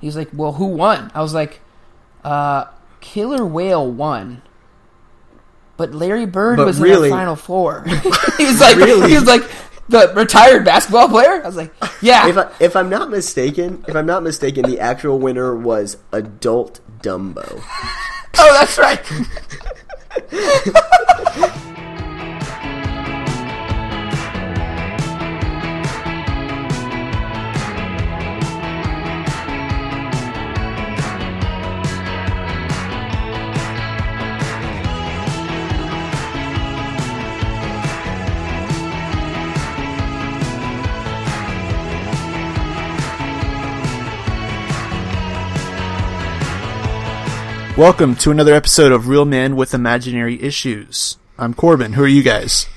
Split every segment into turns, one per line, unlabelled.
He's like, well, who won? I was like, uh, Killer Whale won. But Larry Bird
But
was
really-
in the final four. he was like,
Really?
he was like the retired basketball player. I was like, yeah,
If I, if I'm not mistaken, if I'm not mistaken, the actual winner was Adult Dumbo.
oh, that's right.
Welcome to another episode of Real Men with Imaginary Issues. I'm Corbin. Who are you guys?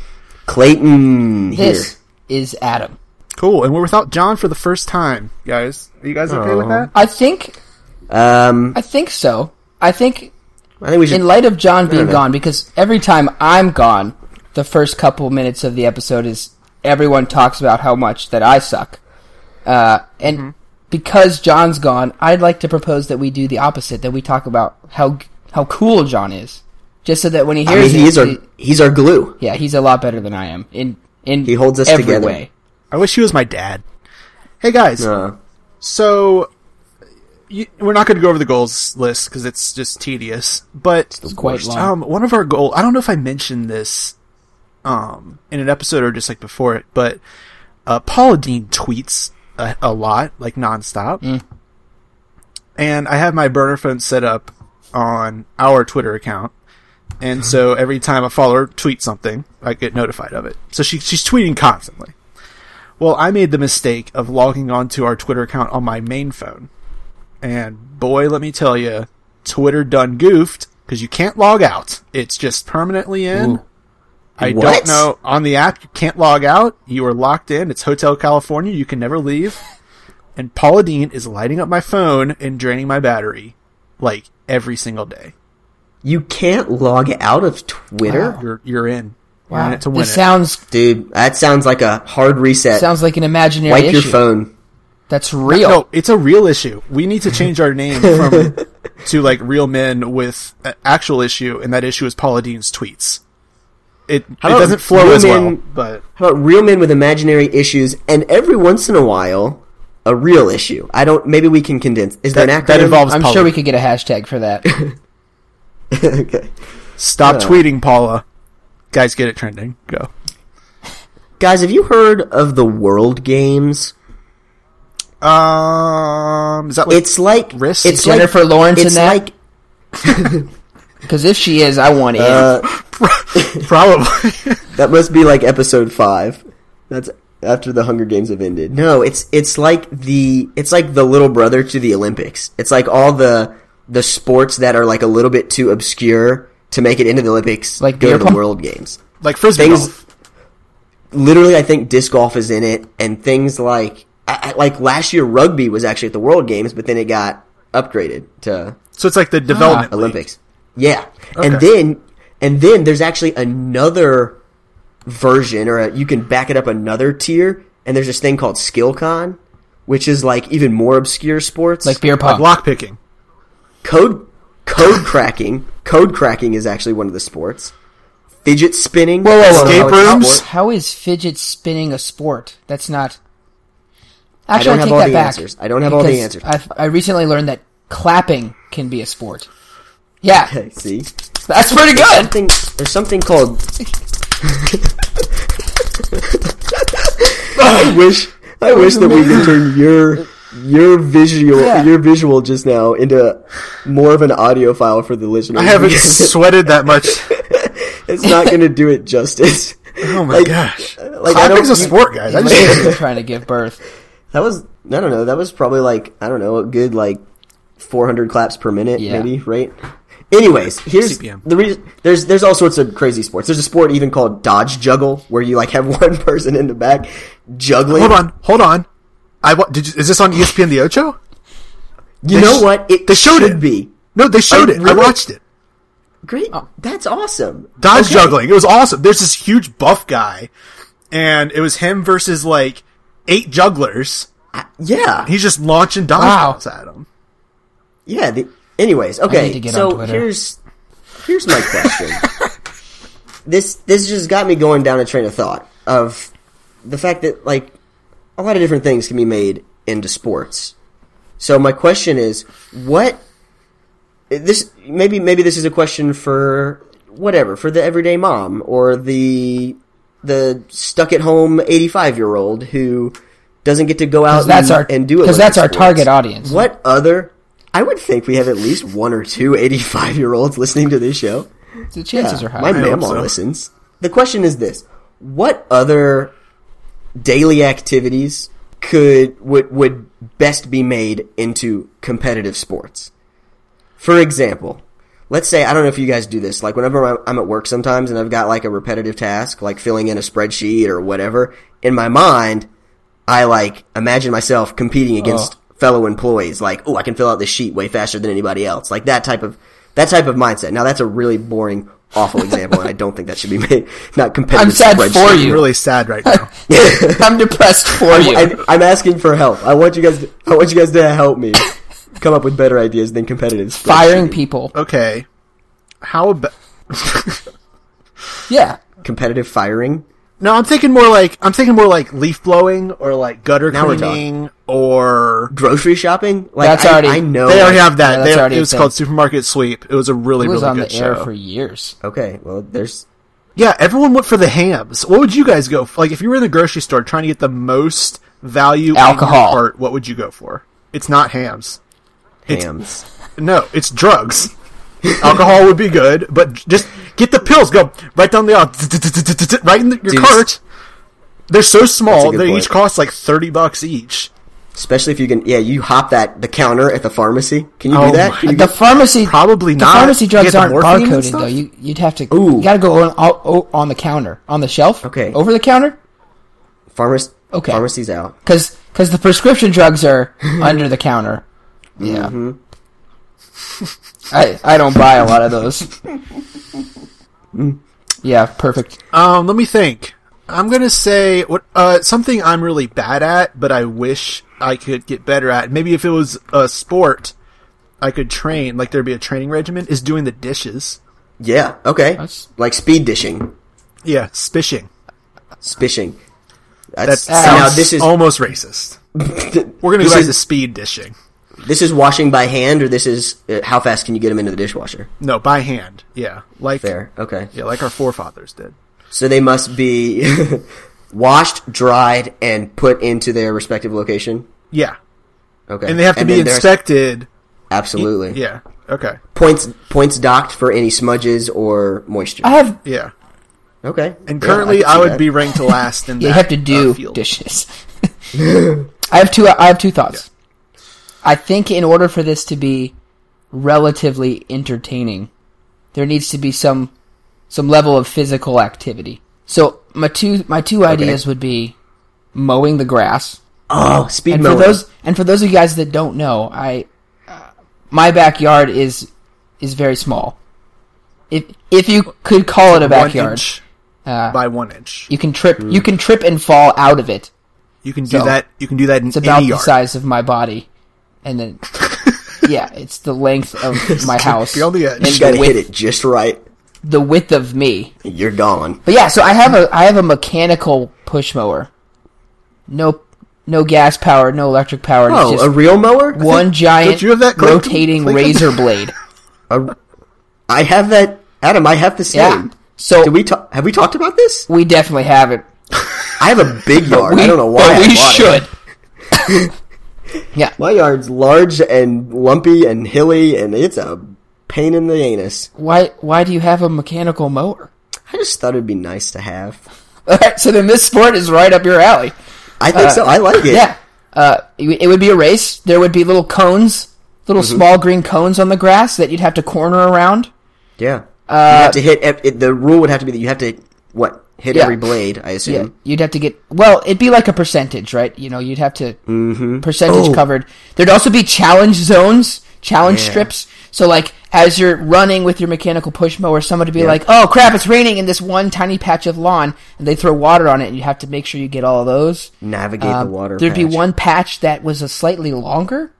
Clayton here.
This is Adam.
Cool. And we're without John for the first time, guys. Are you guys okay with that?
I think,
Um,
I think so. I think
I think we should.
in light of John being
know.
gone, because every time I'm gone, the first couple minutes of the episode is everyone talks about how much that I suck. Uh, and
Mm-hmm.
because John's gone, I'd like to propose that we do the opposite, that we talk about how how cool John is. Just so that when he
I mean,
hears
he
it,
is our
he-
he's our glue.
yeah, he's a lot better than I am. In in
He holds us
every
together.
way.
I wish he was my dad. Hey, guys.
Uh,
So, you, we're not going to go over the goals list because it's just tedious. But
Quite long.
um, one of our goal, I don't know if I mentioned this um, in an episode or just like before it, but uh, Paula Dean tweets a, a lot, like nonstop. And I have my burner phone set up on our Twitter account. And so every time a follower tweets something, I get notified of it. So she, she's tweeting constantly. Well, I made the mistake of logging onto our Twitter account on my main phone. And boy, let me tell you, Twitter done goofed because you can't log out. It's just permanently in. I
What?
don't know. On the app, you can't log out. You are locked in. It's Hotel California. You can never leave. And Paula Dean is lighting up my phone and draining my battery like every single day.
you can't log out of Twitter,
You're, you're in. You're in it to win
This
it.
sounds
dude. That sounds like a hard reset.
sounds like an imaginary
Wipe
issue.
your phone.
That's real.
No, it's a real issue. We need to change our name from to like real men with an actual issue, and that issue is Paula Dean's tweets. It it
about
doesn't flow
real
as well,
men-
but
How about real men with imaginary issues, and every once in a while, a real issue. I don't. Maybe we can condense. Is there an
That-
acronym?
that involves-
I'm
Paula.
sure we could get a hashtag for that.
okay.
stop tweeting, Paula. Guys, get it trending. Go.
Guys, have you heard of the World Games?
Um, is that like
It's like
Wrist?
It's
Jennifer
like,
Lawrence in
It's
that?
like
Because if she is, I want in.
Uh,
probably?
That must be like episode five. That's after the Hunger Games have ended. No, it's it's like the it's like the little brother to the Olympics. It's like all the the sports that are like a little bit too obscure to make it into the Olympics,
Like
go
beer
to the
pong?
World Games.
like frisbee
Things-
golf.
Literally, I think disc golf is in it, and things like I, I, like last year rugby was actually at the World Games, but then it got upgraded to
So it's like the development league.
Olympics. Yeah, and
Okay.
then and then there's actually another version, or a, you can back it up another tier. And there's this thing called SkillCon, which is like even more obscure sports,
like beer
like
pong.
lock picking.
code code cracking. Code cracking is actually one of the sports. Fidget spinning,
Whoa, whoa, whoa,
Escape
how it's a
rooms?
sport.
How is fidget spinning a sport? That's not.
I
Actually,
don't
I,
have
take
all
that
the
back.
answers. I don't have all the
because
answers.
I've- I recently learned that clapping can be a sport. Yeah,
Okay, see,
that's pretty good.
something there's something called. I wish I wish that we could turn your your visual
Yeah.
your visual just now into more of an audio file for the listeners.
I haven't
because
sweated that much.
it's not going to do it justice.
Oh my
Like-
gosh!
Like I don't.
Clapping's a
you-
sport, guys. I just,
Ladies are trying to give birth.
that was I don't know. That was probably like I don't know a good like 400 claps per minute
Yeah.
maybe right. Anyways, here's
CPM.
the reason. There's there's all sorts of crazy sports. There's a sport even called dodge juggle where you like have one person in the back juggling.
hold on, hold on. I wa- did. You, is this on E ESPN The Ocho?
You
They
know
sh-
what? It
they showed
should
it.
be
No, they showed
Oh,
it. I
really?
watched it.
great.
Oh.
That's awesome.
dodge
Okay.
juggling. It was awesome. There's this huge buff guy, and it was him versus like eight jugglers.
Yeah,
He's just launching
Wow.
dodgeballs at him.
Yeah. The, anyways, okay.
to get
so
on Twitter.
here's here's my question. this this just got me going down a train of thought of the fact that like a lot of different things can be made into sports. So my question is, what this maybe maybe this is a question for whatever for the everyday mom or the the stuck at home eighty five year old who doesn't get to go out
'Cause that's
and,
our-
and do it
'cause
like
that's
the
our
sports.
target audience.
What other? I would think we have at least one or two 85 year olds listening to this show.
The chances are high.
My
hope
mammal
so.
listens. The question is this: What other daily activities could would would best be made into competitive sports? For example, let's say I don't know if you guys do this. Like whenever I'm- I'm at work sometimes and I've got like a repetitive task, like filling in a spreadsheet or whatever, in my mind, I like imagine myself
Uh-huh.
competing against fellow employees. Like, oh, I can fill out this sheet way faster than anybody else. Like that type of that type of mindset. Now that's a really boring, awful example, and I don't think that should be made. Not competitive.
I'm sad
spreadsheet.
for
I'm
you.
really sad right now.
I'm depressed for you.
I'm, I'm asking for help. I want you guys. To, I want you guys to help me come up with better ideas than competitive. spreadsheet.
Firing people.
okay. How about?
Yeah.
Competitive firing.
No, I'm thinking more like I'm thinking more like leaf blowing or like gutter
Now we're
cleaning or
Grocery shopping. Like
That's
I,
already-
I know.
they already have
Yeah,
that.
that's
they,
already
it
a
was
thing.
called Supermarket Sweep. It was a really
It was
really
on
good
the air
show.
for years.
Okay. Well, there's
yeah, everyone went for the hams. What would you guys go for? Like if you were in the grocery store trying to get the most value in your
Alcohol.
cart, what would you go for? It's not hams. It's-
hams.
No, it's drugs. Alcohol would be good, but j- just get the pills. Go right down the aisle, right in the- your
Dude.
cart. They're so small;
good
they
point.
each cost like thirty bucks each.
Especially if you can, yeah, you hop that the counter at the pharmacy. Can you
Oh
do that?
my
Can you
The pharmacy
Probably
the
not.
pharmacy
You
drugs
get the
aren't
morphine and
barcoded
stuff?
though. You you'd have to.
Ooh.
You got to go on, all, oh, on the counter, on the shelf.
Okay.
Over the counter,
pharmac-
Okay.
Pharmacy's out.
because because the prescription drugs are under the counter. Yeah. I I don't buy a lot of those. yeah. Perfect.
Um, let me think. I'm gonna say what uh, something I'm really bad at, but I wish I could get better at. Maybe if it was a sport, I could train. Like there'd be a training regimen. Is doing the dishes.
Yeah. Okay.
That's-
Like speed dishing,
Yeah, spishing.
spishing.
That
That's, now
sounds
this is
almost racist. We're gonna go
this
back
is-
to speed dishing.
this is washing by hand, or this is uh, how fast can you get them into the dishwasher?
No, by hand. Yeah, like
Fair. Okay.
Yeah, like our forefathers did.
So they must be washed, dried, and put into their respective location.
Yeah,
Okay.
and they have to be
then there's-
inspected.
Absolutely.
Yeah. Okay.
Points points docked for any smudges or moisture.
I have.
Yeah.
okay.
And
Yeah,
currently,
can
I,
see
would
that.
be ranked last in.
You
that,
have to
uh,
do
field.
dishes. I have two. I have two thoughts. I think in order for this to be relatively entertaining, there needs to be some some level of physical activity. So my two my two ideas would be mowing the grass.
Oh, speed
And
mowing.
for those and for those of you guys that don't know, I uh, my backyard is is very small. If if you could call it a
One
backyard,
inch by one inch.
you can trip you can trip and fall out of it.
You can do
So,
that. You can do that in
It's about
any
the
yard.
size of my body, and then yeah, it's the length of my house.
Be on the edge.
and
you gotta
the width,
hit it just right.
the width of me.
You're gone.
But yeah, so I have a I have a mechanical push mower. No, no gas power, no electric power. it's
Oh,
just
a real mower?
one giant
you have that, Clayton?
rotating
Clayton?
razor blade.
A- I have that. Adam, I have the
Yeah.
same.
So
Did we ta- have we talked about this?
we definitely have it.
I have a big yard. I don't know why.
But
I
we
bought it.
should. yeah.
My yard's large and lumpy and hilly, and it's a pain in the anus.
Why? Why do you have a mechanical mower?
I just thought it'd be nice to have.
All right. So then this sport is right up your alley.
I think so. I like it.
Yeah. Uh, it it would be a race. There would be little cones, little
Mm-hmm.
small green cones on the grass that you'd have to corner around.
yeah.
Uh,
you have to hit. ev- It, the rule would have to be that you have to what hit
Yeah.
every blade. I assume.
Yeah, you'd have to get well. It'd be like a percentage, right? You know, you'd have to percentage
Oh.
covered. There'd also be challenge zones, challenge
Yeah.
strips. So like, as you're running with your mechanical push mower, somebody would be like, "Oh crap, it's raining in this one tiny patch of lawn," and they throw water on it, and you have to make sure you get all of those.
Navigate
Um,
the water.
There'd be
patch.
one patch that was a slightly longer,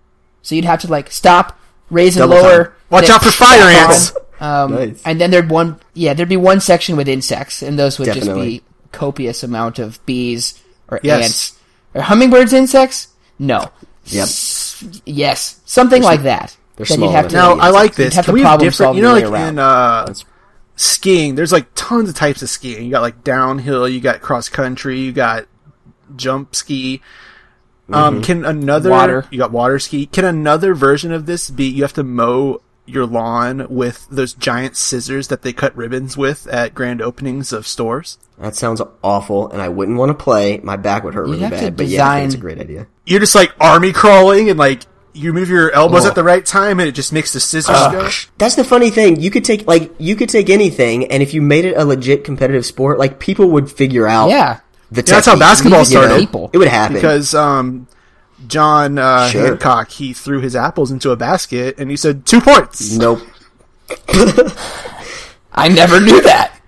so you'd have to like stop, raise and
Double
lower.
time.
Watch
the-
out for fire
the
ants!
farm. Um,
Nice.
And then there'd one, yeah, there'd be one section with insects, and those would
Definitely.
just be copious amount of bees or
Yes.
ants or hummingbirds. Insects? No.
Yep.
S- yes, something like that.
they're
Then you'd
small
have to-
enough.
No, I like
You'd
this.
have to
Can we have
problem
different?
solve
You know,
your
like
way
in
around.
uh, skiing, there's like tons of types of skiing. You got like downhill, you got cross country, you got jump ski. Um, can another
Mm-hmm. Water.
You got water ski. Can another version of this be? You have to mow your lawn with those giant scissors that they cut ribbons with at grand openings of stores.
That sounds awful, and I wouldn't want to play. My back would hurt really
have to
bad. But yeah, I think it's a
design-
great idea.
You're just like army crawling and like you move your elbows
Oh.
at the right time and it just makes the scissors
uh,
go.
E
That's the funny thing. You could take like you could take anything, and if you made it a legit competitive sport, like people would figure out.
Yeah.
the
Yeah, that's how
technique,
basketball
you know?
started.
People.
It would happen
because um, John uh,
Sure.
Hancock he threw his apples into a basket and he said two
Mm.
points.
nope.
I never knew that.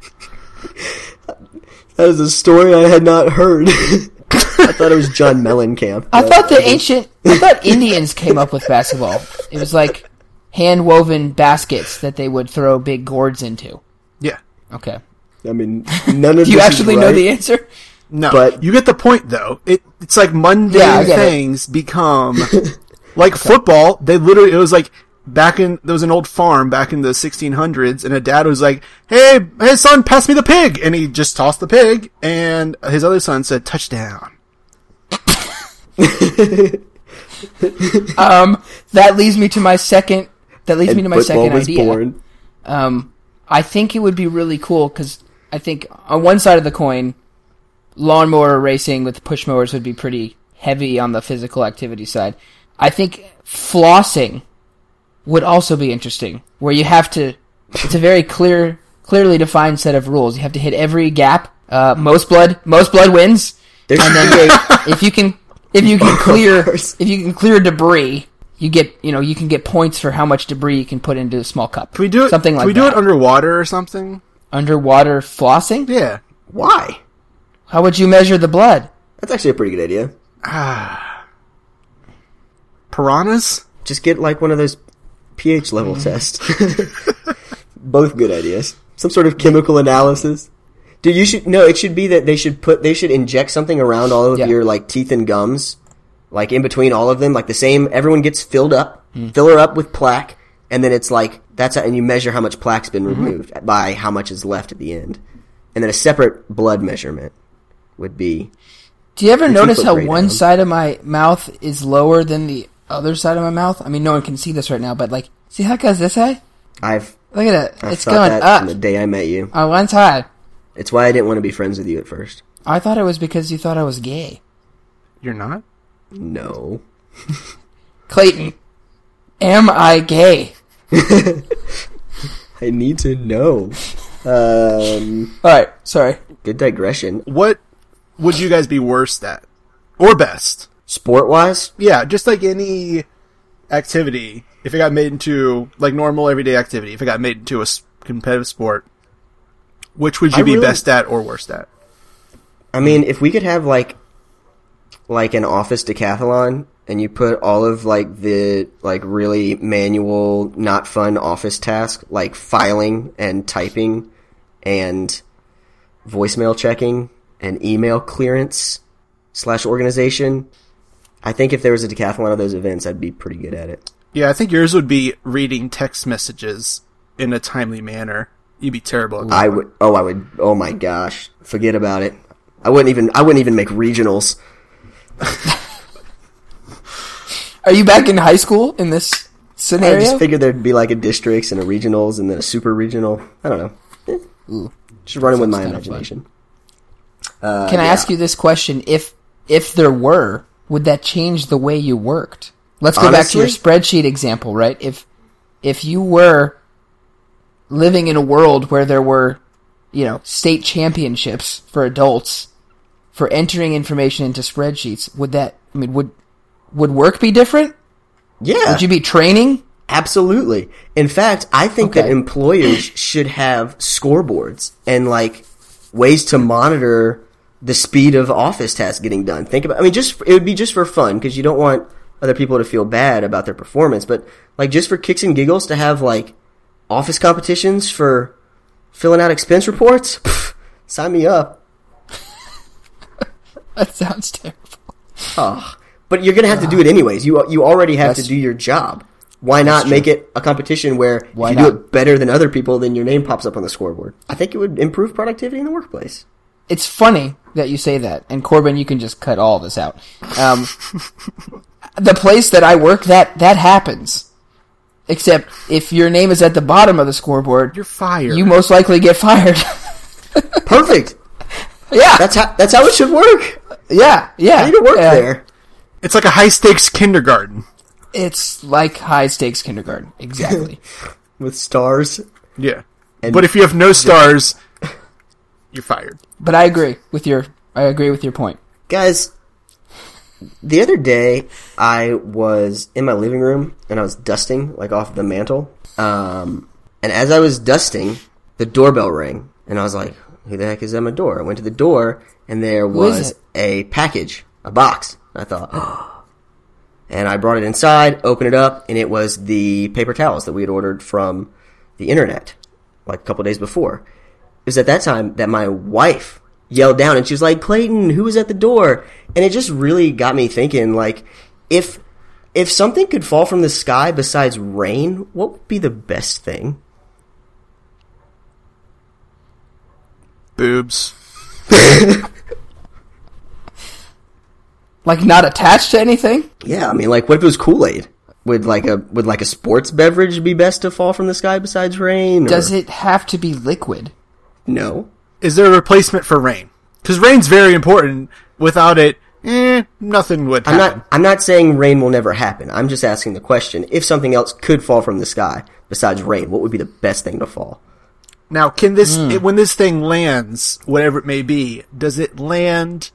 That is a story I had not heard. I thought it was John Mellencamp.
I thought the ancient, I thought Indians came up with basketball. It was like hand woven baskets that they would throw big gourds into.
Yeah,
Okay.
I mean, none of
Do you
this
actually
is
know
right.
the answer?
no,
But-
you get the point though. It it's like mundane
Yeah, I get it.
things become like football. They literally it was like back in there was an old farm back in the 1600s, and a dad was like, "Hey, hey son, pass me the pig," and he just tossed the pig, and his other son said, "Touchdown."
Um, that leads me to my second. That leads me to my
Football
second
was
idea.
born.
Um, I think it would be really cool because I think on one side of the coin, lawnmower racing with push mowers would be pretty heavy on the physical activity side. I think flossing would also be interesting, where you have to. It's a very clear, clearly defined set of rules. You have to hit every gap. Uh, most blood, most blood wins.
There's
and then if you can if you can clear
course.
if you can clear debris you get you know you can get points for how much debris you can put into a small cup
Can we do it?
something like
can we do
that
it underwater or something?
underwater flossing
Yeah.
Why?
how would you measure the blood
That's actually a pretty good idea.
Piranhas?
Just get like one of those pH level tests. Both good ideas. Some sort of chemical analysis. Dude, you should no. It should be that they should put they should inject something around all of
Yeah.
your like teeth and gums, like in between all of them, like the same. Everyone gets filled up,
Hmm.
fill her up with plaque, and then it's like that's how, and you measure how much plaque's been
Mm-hmm.
removed by how much is left at the end, and then a separate blood measurement would be
do you ever notice
put
how
great
one
down.
side of my mouth is lower than the other side of my mouth i mean no one can see this right now but like see how it goes this way
I've
look at it
I
it's
thought
going
that
up
from the day I met you.
on one side
It's why I didn't want to be friends with you at first.
i thought it was because you thought i was gay
You're not?
No.
clayton am i gay
I need to know. Um,
all right sorry
good digression.
What would you guys be worst at? Or best?
Sport wise,
Yeah, just like any activity, if it got made into, like normal everyday activity, if it got made into a s- competitive sport, which would you
I
be
really-
best at or worst at?
I mean, if we could have like, like an office decathlon, and you put all of like the like really manual, not fun office tasks like filing and typing, and voicemail checking and email clearance slash organization. I think if there was a decathlon of those events, I'd be pretty good at it.
Yeah, I think yours would be reading text messages in a timely manner. You'd be terrible at that.
I would. Oh, I would. Oh my gosh, forget about it. I wouldn't even. I wouldn't even make regionals.
Are you back in high school in this
I
scenario?
just figured there'd be like a districts and a regionals and then a super regional. I don't know. Eh. just running with my
sounds kinda fun.
imagination.
Can I ask you this question? If if there were, would that change the way you worked? Let's go back to your
Honestly?
spreadsheet example, right? If if you were living in a world where there were, you know, state championships for adults for entering information into spreadsheets, would that I mean would would work be different?
Yeah,
Would you be training?
absolutely. In fact, I think that
Okay.
employers should have scoreboards and like ways to monitor the speed of office tasks getting done. Think about. I mean, just it would be just for fun because you don't want other people to feel bad about their performance, but like just for kicks and giggles to have like office competitions for filling out expense reports, Pff, sign me up.
That sounds terrible.
Ugh. But you're gonna have to do it anyways. You you already have to
That's-
do your job. Why not make it a competition where
Why
if you
not?
do it better than other people, then your name pops up on the scoreboard? I think it would improve productivity in the workplace.
It's funny that you say that, and Corbin, you can just cut all this out. Um, the place that I work, that that happens. Except if your name is at the bottom of the scoreboard,
You're fired.
you most likely get fired.
Perfect.
yeah,
That's how that's how it should work.
yeah, yeah. Uh,
I need to work
Yeah.
there.
it's like a high stakes kindergarten.
It's like high stakes kindergarten, exactly.
with stars.
Yeah. but if you have no stars, you're fired.
but I agree with your, I agree with your point.
Guys, the other day I was in my living room and I was dusting like off the mantle. Um, and as I was dusting, the doorbell rang and I was like, "Who the heck is at my door?" I went to the door and there
is
was
it?
a package, a box. I thought, "Oh." and I brought it inside, opened it up, and it was the paper towels that we had ordered from the internet like a couple days before. It was at that time that my wife yelled down and she was like, "Clayton, who was at the door?" And it just really got me thinking like if if something could fall from the sky besides rain, what would be the best thing?
Boobs.
Like not attached to anything.
Yeah, I mean like what if it was Kool-Aid? Would like a would like a sports beverage be best to fall from the sky besides rain?
Does it have to be liquid?
No.
Is there a replacement for rain? Because rain's very important. Without it, eh, nothing would
I'm
happen.
not. I'm not saying rain will never happen. I'm just asking the question: if something else could fall from the sky besides rain, what would be the best thing to fall?
Now, can this it- when this thing lands, whatever it may be, does it land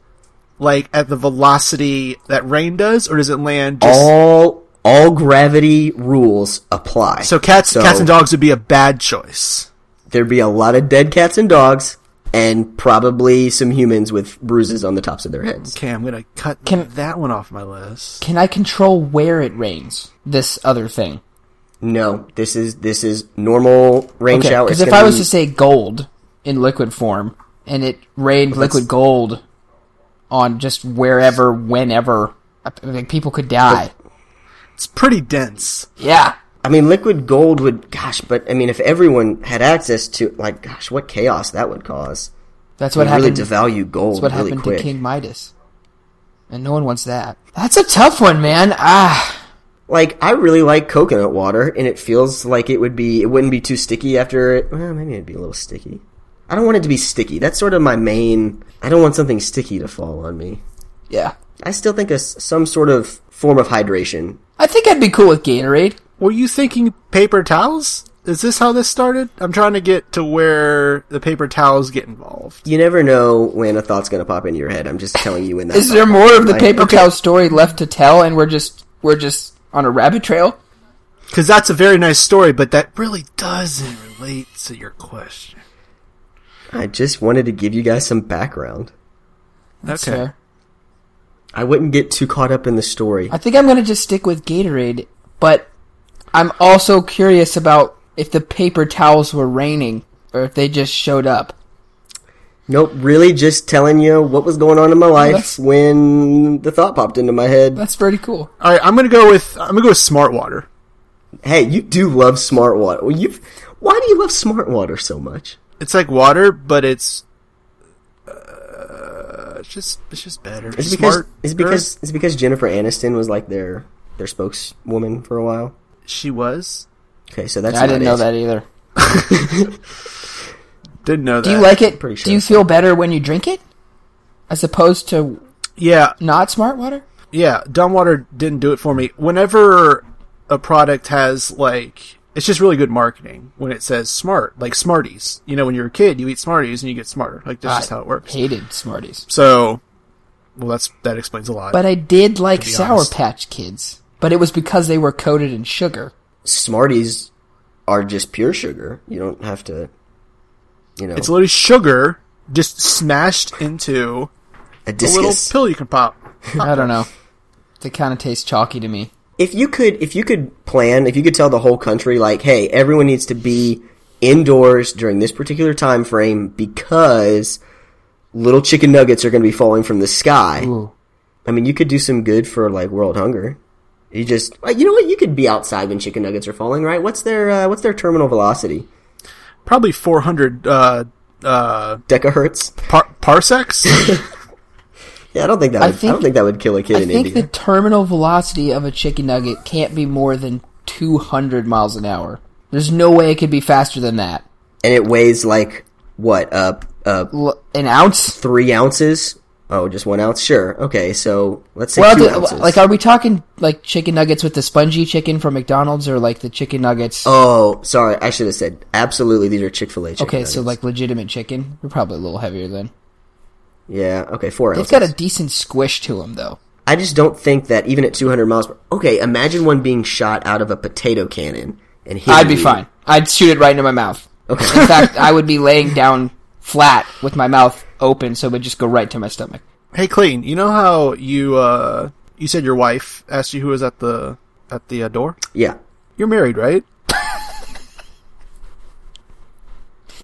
like at the velocity that rain does, or does it land just
Oh, All all gravity rules apply.
so cats cats and dogs would be a bad choice?
There'd be a lot of dead cats and dogs, and probably some humans with bruises on the tops of their heads.
Okay, I'm gonna cut
Can-
that one off my list.
Can I control where it rains? This other thing.
No, this is this is normal rain
Okay,
shower.
because
It's
if
gonna
I was
be-
to say gold in liquid form and it rained liquid gold on just wherever, whenever, I think people could die.
It's pretty dense.
yeah,
I mean, liquid gold would. Gosh, but I mean, if everyone had access to, like, gosh, what chaos that would cause.
that's
It
what
would really
happened.
devalue gold
that's what
really
happened
quick.
to King Midas, and no one wants that. That's a tough one, man. Ah,
like I really like coconut water, and it feels like it would be it wouldn't be too sticky after it. Well, maybe it'd be a little sticky. I don't want it to be sticky. That's sort of my main. I don't want something sticky to fall on me.
yeah.
I still think a s some sort of form of hydration.
I think I'd be cool with Gatorade.
Were you thinking paper towels? Is this how this started? I'm trying to get to where the paper towels get involved.
You never know when a thought's gonna pop into your head. I'm just telling you when that.
Is there more of the paper towel story left to tell, and we're just we're just on a rabbit trail?
Because that's a very nice story, but that really doesn't relate to your question.
I just wanted to give you guys some background.
That's
okay.
fair.
I wouldn't get too caught up in the story.
I think I'm gonna just stick with Gatorade, but I'm also curious about if the paper towels were raining or if they just showed up.
Nope, really just telling you what was going on in my life
that's-
when the thought popped into my head.
That's pretty cool.
All right, I'm gonna go with I'm gonna go with smart water.
Hey, you do love smart water. Well, you, why do you love smart water so much?
It's like water, but it's uh, it's just it's just better.
It's because it's because it's because Jennifer Aniston was like their their spokeswoman for a while.
she was
Okay, so that's
I didn't know
not it.
that either.
didn't know that.
Do you like it?
pretty sure
Do you
it's
feel better when you drink it as opposed to
Yeah,
not smart water?
yeah. Dumb water didn't do it for me. Whenever a product has like it's just really good marketing when it says smart, like Smarties. You know, when you're a kid, you eat Smarties and you get smarter. Like that's just how it works.
Hated Smarties,
So, well, that's that explains a lot.
but I did like Sour
honest.
Patch Kids. But it was because they were coated in sugar.
Smarties are just pure sugar. You don't have to, you know,
it's literally sugar just smashed into
a
a little
discus.
pill you can pop.
I don't know. They kind of taste chalky to me.
if you could if you could plan if you could tell the whole country like hey everyone needs to be indoors during this particular time frame because little chicken nuggets are going to be falling from the sky i mean you could do some good for like world hunger you just well, you know what you could be outside when chicken nuggets are falling right what's their uh, what's their terminal velocity
Probably 400 uh, uh,
decahertz
par- parsecs.
yeah i don't think that
I
would, I, don't
think-
think that would kill a kid
I
in
think
india
the terminal velocity of a chicken nugget can't be more than 200 miles an hour. There's no way it could be faster than that.
and it weighs like what uh, uh
L- an ounce?
three ounces oh just one ounce sure okay so let's say
Well,
two
the-
ounces
like, are we talking like chicken nuggets with the spongy chicken from McDonald's, or like the chicken nuggets?
Oh, sorry. I should have said absolutely. These are Chick Fil A.
okay, so like legitimate chicken. They're probably a little heavier then.
yeah, okay, four
They've
ounces.
got a decent squish to them, though.
I just don't think that even at 200 miles. Per- okay, imagine one being shot out of a potato cannon and hitting
I'd be
you.
fine. I'd shoot it right into my mouth. Okay. In fact, I would be laying down flat with my mouth open, so it would just go right to my stomach.
hey, Clayton, you know how you uh, you said your wife asked you who was at the at the uh, door?
Yeah,
You're married, right?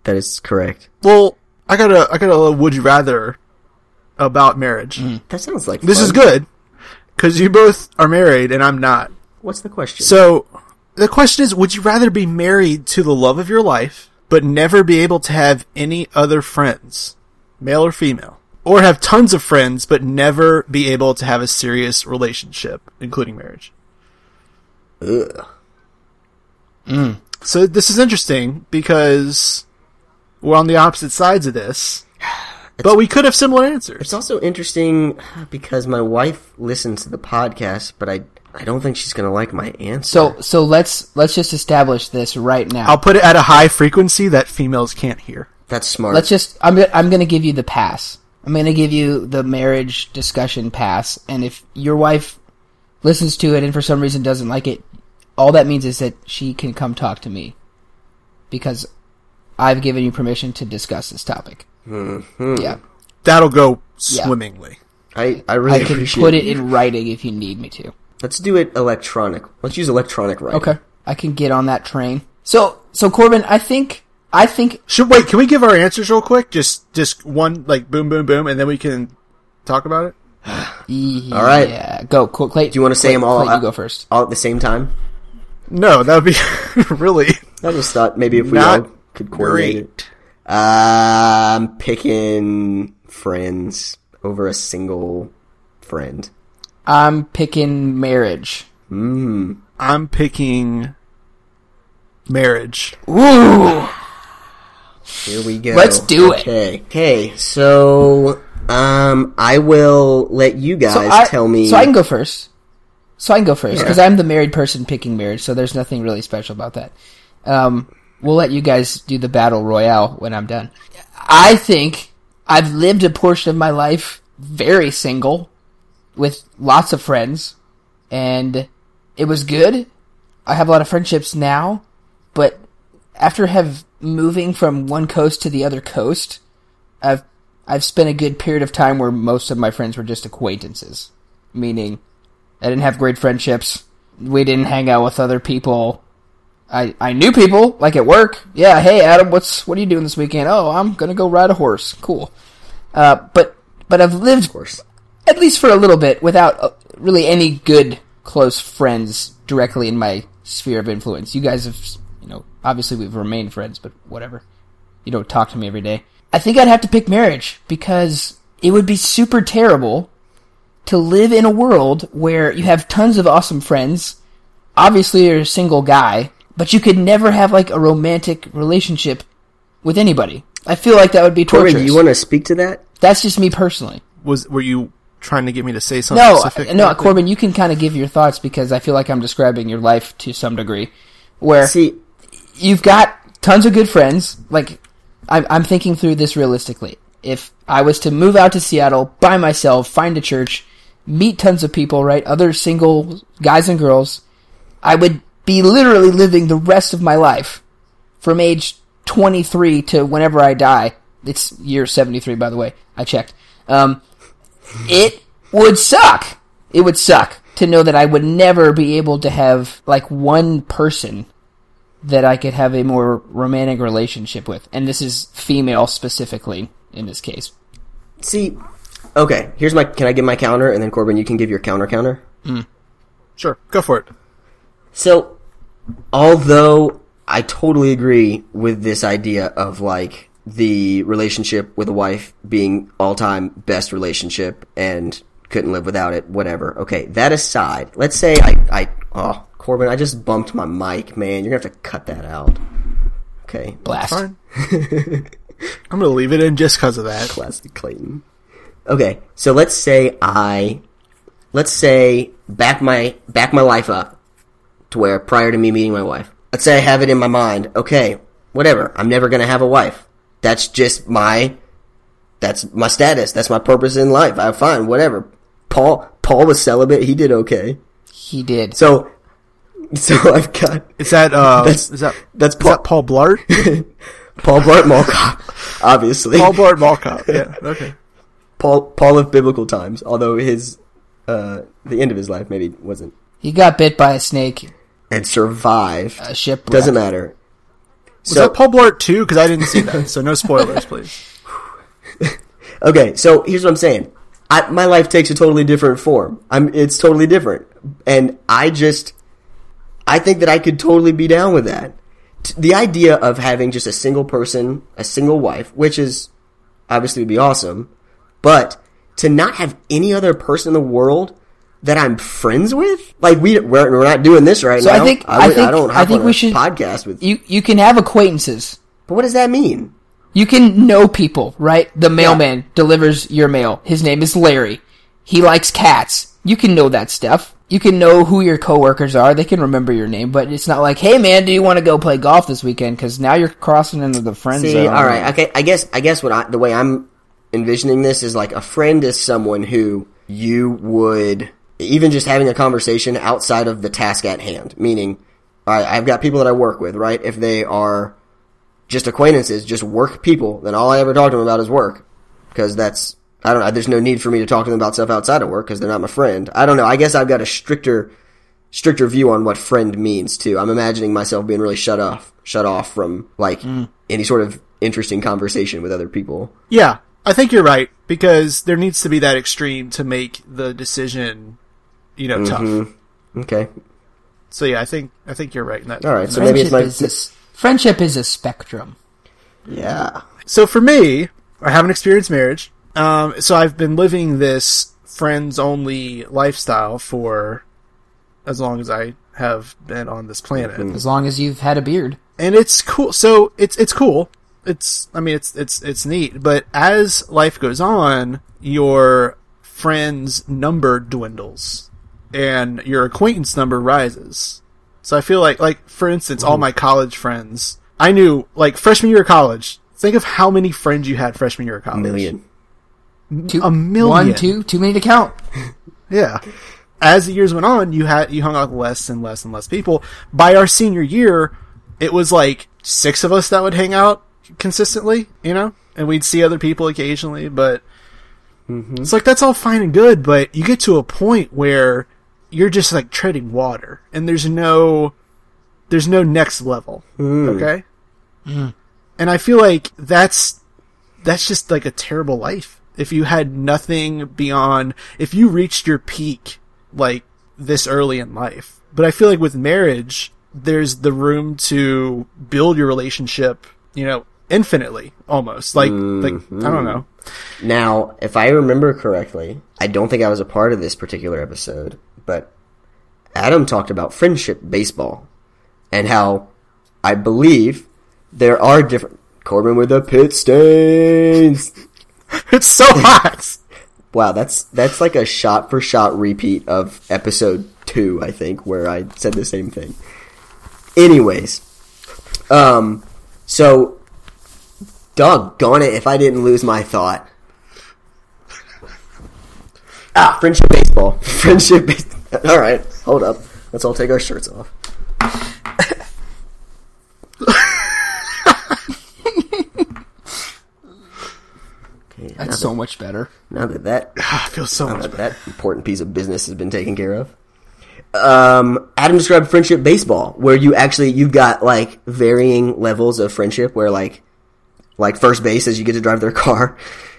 that is correct.
Well, I got a I got a little would you rather about marriage.
That sounds like
This
Mm-hmm. fun.
is good because you both are married and I'm not.
What's the question?
So the question is, would you rather be married to the love of your life but never be able to have any other friends, male or female, or have tons of friends but never be able to have a serious relationship, including marriage?
Ugh. Mm.
So this is interesting because we're on the opposite sides of this, but we could have similar answers.
It's also interesting uh, because my wife listens to the podcast, but I I don't think she's gonna like my answer.
So, so let's let's just establish this right now.
I'll put it at a high frequency that females can't hear.
That's smart.
Let's just. I'm. go- I'm going to give you the pass. I'm going to give you the marriage discussion pass. And if your wife listens to it and for some reason doesn't like it, all that means is that she can come talk to me because I've given you permission to discuss this topic. Yeah,
That'll go swimmingly.
I I
I
really
can
appreciate
put it in writing if you need me to.
Let's do it electronic. Let's use electronic writing.
Okay, I can get on that train. So, so Corbin, I think, I think,
Should wait? Can we give our answers real quick? Just just one like boom boom boom, and then we can talk about it.
all
right.
yeah, go, Cl- Clay. Do
you wanna say them all
Clay, you
out-
go first.
All at the same time.
No, that would be really
I just thought maybe if we
Not
all could coordinate. it.
great.
Uh, I'm picking friends over a single friend.
I'm picking marriage.
I'm picking marriage.
Ooh.
Here we go.
Let's do it.
Okay. Okay. So, um, I will let you guys
I,
tell me.
So I can go first. So I can go first because I'm the married person picking marriage. So there's nothing really special about that. Um, we'll let you guys do the battle royale when I'm done. I think I've lived a portion of my life very single, with lots of friends, and it was good. I have a lot of friendships now, but after have moving from one coast to the other coast, I've I've spent a good period of time where most of my friends were just acquaintances, meaning I didn't have great friendships. We didn't hang out with other people. I I knew people like at work. Yeah, hey Adam, what's what are you doing this weekend? Oh, I'm gonna go ride a horse. Cool. Uh, but but I've lived
course.
at least for a little bit without uh, really any good close friends directly in my sphere of influence. You guys have, you know, obviously we've remained friends, but whatever. You don't talk to me every day. I think I'd have to pick marriage because it would be super terrible to live in a world where you have tons of awesome friends. Obviously, you're a single guy, but you could never have like a romantic relationship with anybody. I feel like that would be
Corbin,
torturous.
do you want to speak to that?
That's just me personally.
Was were you trying to get me to say something?
No,
specific?
no, Corbin, you can kind of give your thoughts because I feel like I'm describing your life to some degree, where
See,
you've got tons of good friends. Like, I'm, I'm thinking through this realistically. If I was to move out to Seattle by myself, find a church, meet tons of people, right? Other single guys and girls, I would be literally living the rest of my life from age 23 to whenever I die. It's year 73, by the way. I checked. Um, it would suck. It would suck to know that I would never be able to have like one person that I could have a more romantic relationship with. And this is female specifically in this case.
See, okay, here's my. Can I give my counter, and then Corbin, you can give your counter counter.
Sure, go for it.
So, although I totally agree with this idea of like the relationship with a wife being all time best relationship and couldn't live without it, whatever. Okay, that aside, let's say I, I, oh, Corbin, I just bumped my mic, man. You're gonna have to cut that out. Okay,
Blast.
Fine. I'm gonna leave it in just because of that.
Classic Clayton. Okay, so let's say I, let's say back my back my life up to where prior to me meeting my wife. Let's say I have it in my mind. Okay, whatever. I'm never gonna have a wife. That's just my, that's my status. That's my purpose in life. I'm fine. Whatever. Paul Paul was celibate. He did okay.
He did.
So, so I've got
Is that uh?
That's-
is that
that's
is that
Paul-
Paul Blart?
Paul Blart Mall Cop, obviously.
Paul Blart Mall Cop. Yeah. Okay.
Paul Paul of biblical times, although his uh, the end of his life maybe wasn't,
He got bit by a snake,
and survived.
a shipwreck.
Doesn't matter.
Uh, Was
So
that Paul Blart too? Because I didn't see that. So no spoilers, please.
okay, so here's what I'm saying. I, my life takes a totally different form. I'm it's totally different, and I just I think that I could totally be down with that. T- The idea of having just a single person, a single wife, which is obviously would be awesome, but to not have any other person in the world that I'm friends with, like we we're, we're not doing this right
So I
now.
think- I
would-
think-
don't
I
hop
think
on
we
a
should-
podcast with.
You you can have acquaintances.
but what does that mean?
You can know people, right? The mailman delivers your mail. His name is Larry. He likes cats. You can know that stuff. You can know who your coworkers are. They can remember your name, but it's not like, "Hey man, do you want to go play golf this weekend?" Cuz now you're crossing into the friend
See,
zone.
all right, okay. I guess I guess what I, the way I'm envisioning this is like a friend is someone who you would even just having a conversation outside of the task at hand. Meaning, all right, I've got people that I work with, right? If they are just acquaintances, just work people, then all I ever talk to them about is work because that's I don't know. There's no need for me to talk to them about stuff outside of work because they're not my friend. I don't know. I guess I've got a stricter stricter view on what friend means too. I'm imagining myself being really shut off, shut off from like any sort of interesting conversation with other people.
Yeah, I think you're right because there needs to be that extreme to make the decision, you know,
Mm-hmm.
tough.
Okay,
So yeah, I think I think you're right in that.
all right. So
Friendship,
maybe it's my
is a, s- friendship is a spectrum.
yeah.
So for me, I haven't experienced marriage. Um, so I've been living this friends only lifestyle for as long as I have been on this planet.
As long as you've had a beard.
and it's cool. So it's it's cool. It's I mean it's it's it's neat. But as life goes on, your friends' number dwindles, and your acquaintance number rises. So I feel like like for instance, all my college friends, I knew like freshman year of college. Think of how many friends you had freshman year of college.
Million.
Two,
A million.
One, two, too many to count.
Yeah. As the years went on, you had you hung out with less and less and less people. By our senior year, it was like six of us that would hang out consistently, you know, and we'd see other people occasionally. But it's like that's all fine and good, but you get to a point where you're just like treading water, and there's no there's no next level. Okay, and I feel like that's that's just like a terrible life. If you had nothing beyond, if you reached your peak like this early in life. But I feel like with marriage, there's the room to build your relationship, you know, infinitely almost. Like, like I don't know.
Now, if I remember correctly, I don't think I was a part of this particular episode, but Adam talked about friendship baseball and how I believe there are different. Corbin with the pit stains.
It's so hot.
Wow, that's that's like a shot for shot repeat of episode two, I think, where I said the same thing. Anyways, um, so doggone it, if I didn't lose my thought. Ah, friendship baseball, friendship. Base- all right, hold up. Let's all take our shirts off. okay, now
That's
that-
so much better.
now that that
I feel Ah, so much
that,
better.
that important piece of business has been taken care of. um, Adam described friendship baseball, where you actually you've got like varying levels of friendship, where like like first base is you get to drive their car,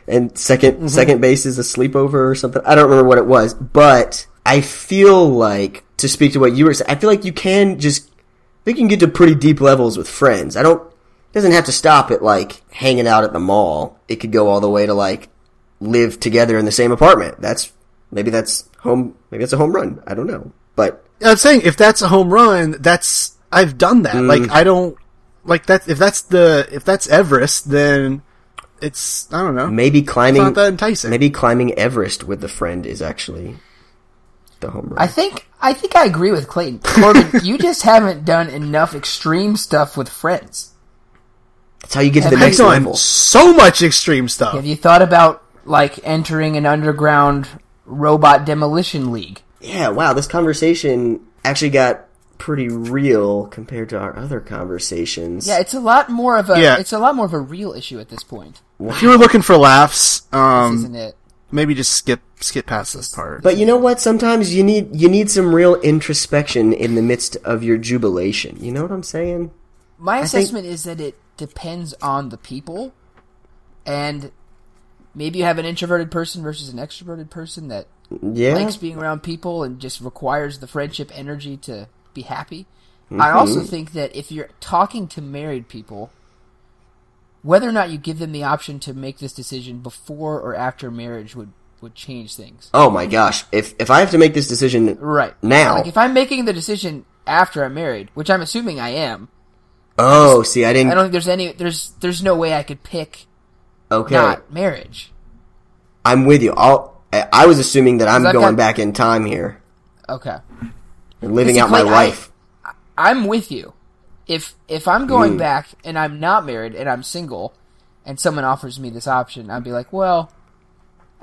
and 2nd second base is a sleepover or something. I don't remember what it was, but I feel like to speak to what you were saying, I feel like you can just I think you can get to pretty deep levels with friends. I don't it doesn't have to stop at like hanging out at the mall. It could go all the way to like live together in the same apartment. That's maybe that's home maybe that's a home run. I don't know. But
I'm saying if that's a home run, that's I've done that. Like I don't like that. If that's the if that's Everest, then it's I don't know.
maybe climbing
not that enticing.
Maybe climbing Everest with a friend is actually the home run.
I think I think I agree with Clayton. Corbin, you just haven't done enough extreme stuff with friends.
that's how you get to the
I've
next
I've
level.
done so much extreme stuff.
Have you thought about like entering an underground robot demolition league?
Yeah, wow, this conversation actually got pretty real compared to our other conversations.
Yeah, it's a lot more of a
Yeah.
it's a lot more of a real issue at this point,
If you were looking for laughs, um,
isn't it?
maybe just skip skip past this part.
But you know what? Sometimes you need you need some real introspection in the midst of your jubilation. You know what I'm saying?
My
think-
assessment is that it depends on the people, and maybe you have an introverted person versus an extroverted person that
Yeah.
likes being around people and just requires the friendship energy to be happy.
Mm-hmm.
I also think that if you're talking to married people, whether or not you give them the option to make this decision before or after marriage would would change things.
oh my gosh. If if I have to make this decision
Right.
now.
Like if I'm making the decision after I'm married, which I'm assuming I am,
Oh, see, I didn't
I don't think there's any there's there's no way I could pick
Okay.
not marriage.
I'm with you. I'll, I I was assuming that I'm
I've
going
got-
back in time here
Okay.
and living
It's
out my
like I-
life.
I'm with you. If if I'm going back and I'm not married and I'm single, and someone offers me this option, I'd be like, well,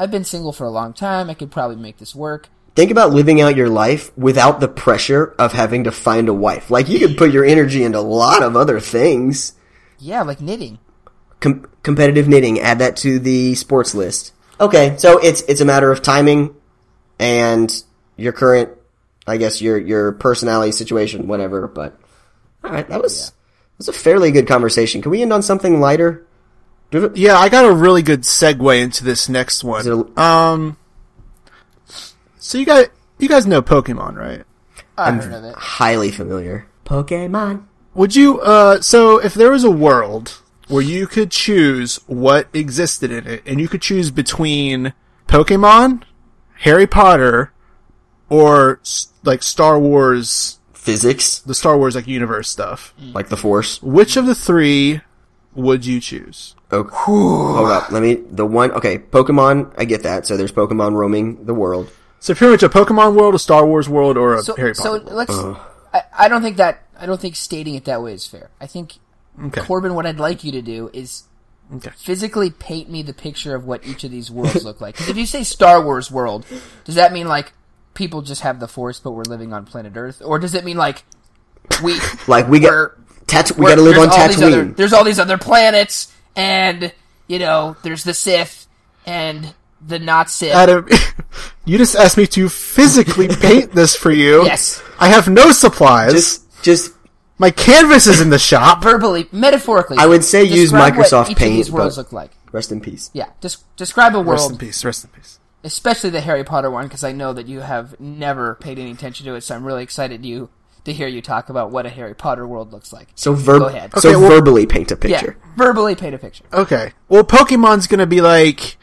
I've been single for a long time. I could probably make this work.
Think about living out your life without the pressure of having to find a wife. Like you could put your energy into a lot of other things.
Yeah, like knitting.
Com- competitive knitting. Add that to the sports list. Okay, so it's it's a matter of timing and your current, I guess your your personality situation, whatever. But all right, that was that was a fairly good conversation. Can we end on something lighter? Do we-
yeah, I got a really good segue into this next one.
Is it a-
um, so you guys you guys know Pokemon, right?
I heard of it.
highly familiar. Pokemon.
Would you uh so if there was a world where you could choose what existed in it and you could choose between Pokemon, Harry Potter, or s- like Star Wars,
Physics,
the Star Wars like universe stuff.
like the Force.
Which of the 3 would you choose?
Okay. Hold up. Let me. The one. Okay. Pokemon. I get that. So there's Pokemon roaming the world.
So pretty much a Pokemon world, a Star Wars world, or a
So
Harry
so
Potter. world.
let's.
Uh.
I, I don't think that I don't think stating it that way is fair. I think
Okay.
Corbin, what I'd like you to do is.
Okay.
Physically paint me the picture of what each of these worlds look like. 'Cause if you say Star Wars world, does that mean like people just have the force but we're living on planet Earth, or does it mean like we
Like we got.
We're-
Tat- we got to live
there's
on
all these other-
Tatooine.
there's all these other planets, and you know, there's the Sith and the not Sith.
Adam, you just asked me to physically paint this for you.
Yes.
I have no supplies.
Just, just.
My canvas is in the shop.
Verbally, metaphorically,
I would say use
describe what
Microsoft
each
Paint,
Of these worlds
but-
look like.
Rest in peace.
Yeah, des- describe a
Rest in
world,
peace. Rest in peace.
especially the Harry Potter one, because I know that you have never paid any attention to it. So I'm really excited you to hear you talk about what a Harry Potter world looks like.
So verb.
Go ahead.
So
Okay, well-
verbally paint a
yeah,
picture.
verbally paint a picture.
Okay. Well, Pokemon's gonna be like,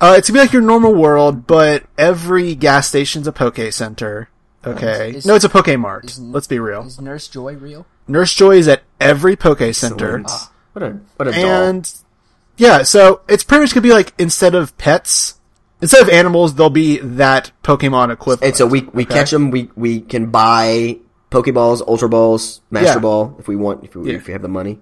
uh, it's gonna be like your normal world, but every gas station's a Poke Center. Okay.
Is-
no, it's a Pokemart. Let's be real.
Is Nurse Joy real?
Nurse Joy is at every Poke Center.
What a what a doll.
And, yeah, so it's pretty much gonna be like, instead of pets, instead of animals, they'll be that Pokemon equivalent.
And so we we catch them. We we can buy Pokeballs, Ultra Balls, Master
Yeah.
Ball if we want. If we,
Yeah.
if we have the money,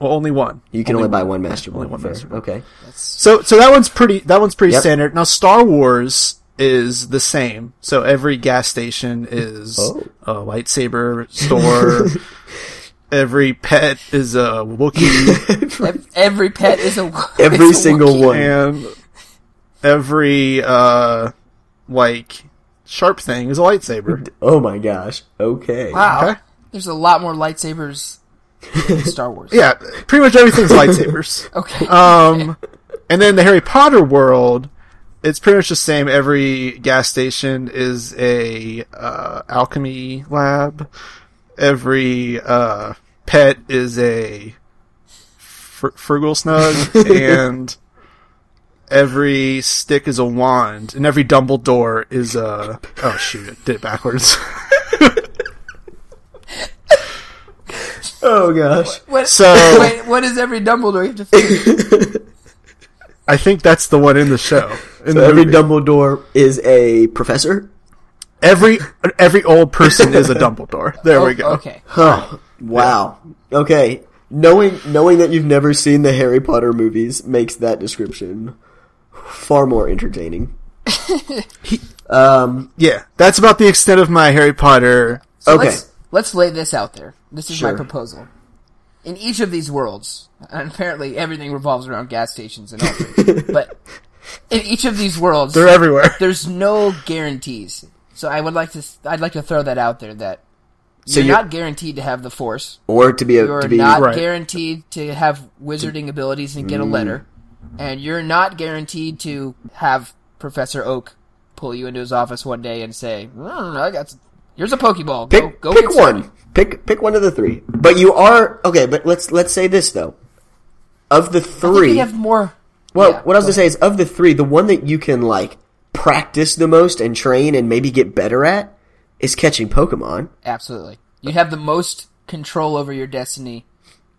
well, only one.
you can only, buy one Master Ball.
Only one
Fair.
Master Ball.
Okay.
So, so that one's pretty, that one's pretty
Yep.
standard. Now, Star Wars is the same. So every gas station is
Oh.
a lightsaber store. every pet is a Wookiee.
Ev- Every pet is a
Every
is a
single
Wookiee.
one.
and every, uh, like, sharp thing is a lightsaber.
Oh my gosh. Okay.
Wow.
Okay.
There's a lot more lightsabers in Star Wars.
Yeah, pretty much everything's lightsabers.
Okay.
Um, and then the Harry Potter world, it's pretty much the same. Every gas station is a uh, alchemy lab. Every uh, pet is a fr- frugal snug, and every stick is a wand, and every Dumbledore is a. Oh shoot! I Did it backwards.
Oh gosh.
What,
so-
wait, what is every Dumbledore? You have to figure.
I think that's the one in the show. In the
Every
movie.
Dumbledore is a professor.
every every old person is a Dumbledore. There we go.
Oh, Okay.
Huh. Wow. Okay. Knowing knowing that you've never seen the Harry Potter movies makes that description far more entertaining. um.
Yeah, that's about the extent of my Harry Potter.
So
Okay.
Let's, let's lay this out there. This is my
Sure.
proposal. In each of these worlds, and apparently everything revolves around gas stations and all, but in each of these worlds,
They're everywhere.
there's no guarantees. So I would like to, I'd like to throw that out there that
So
you're,
you're-
not guaranteed to have the Force.
Or to be a
You're
to be
not
Right.
guaranteed to have wizarding abilities and get a letter,
Mm.
and you're not guaranteed to have Professor Oak pull you into his office one day and say, "Mm, "I got, s- here's a Pokeball. Go,
pick
go
pick
get started."
one. Pick pick one of the three. But you are okay. But let's let's say this though. Of the
I think
three,
we have more.
Well,
Yeah,
what I was gonna say is, of the three, the one that you can like practice the most and train and maybe get better at is catching Pokemon.
absolutely. You have the most control over your destiny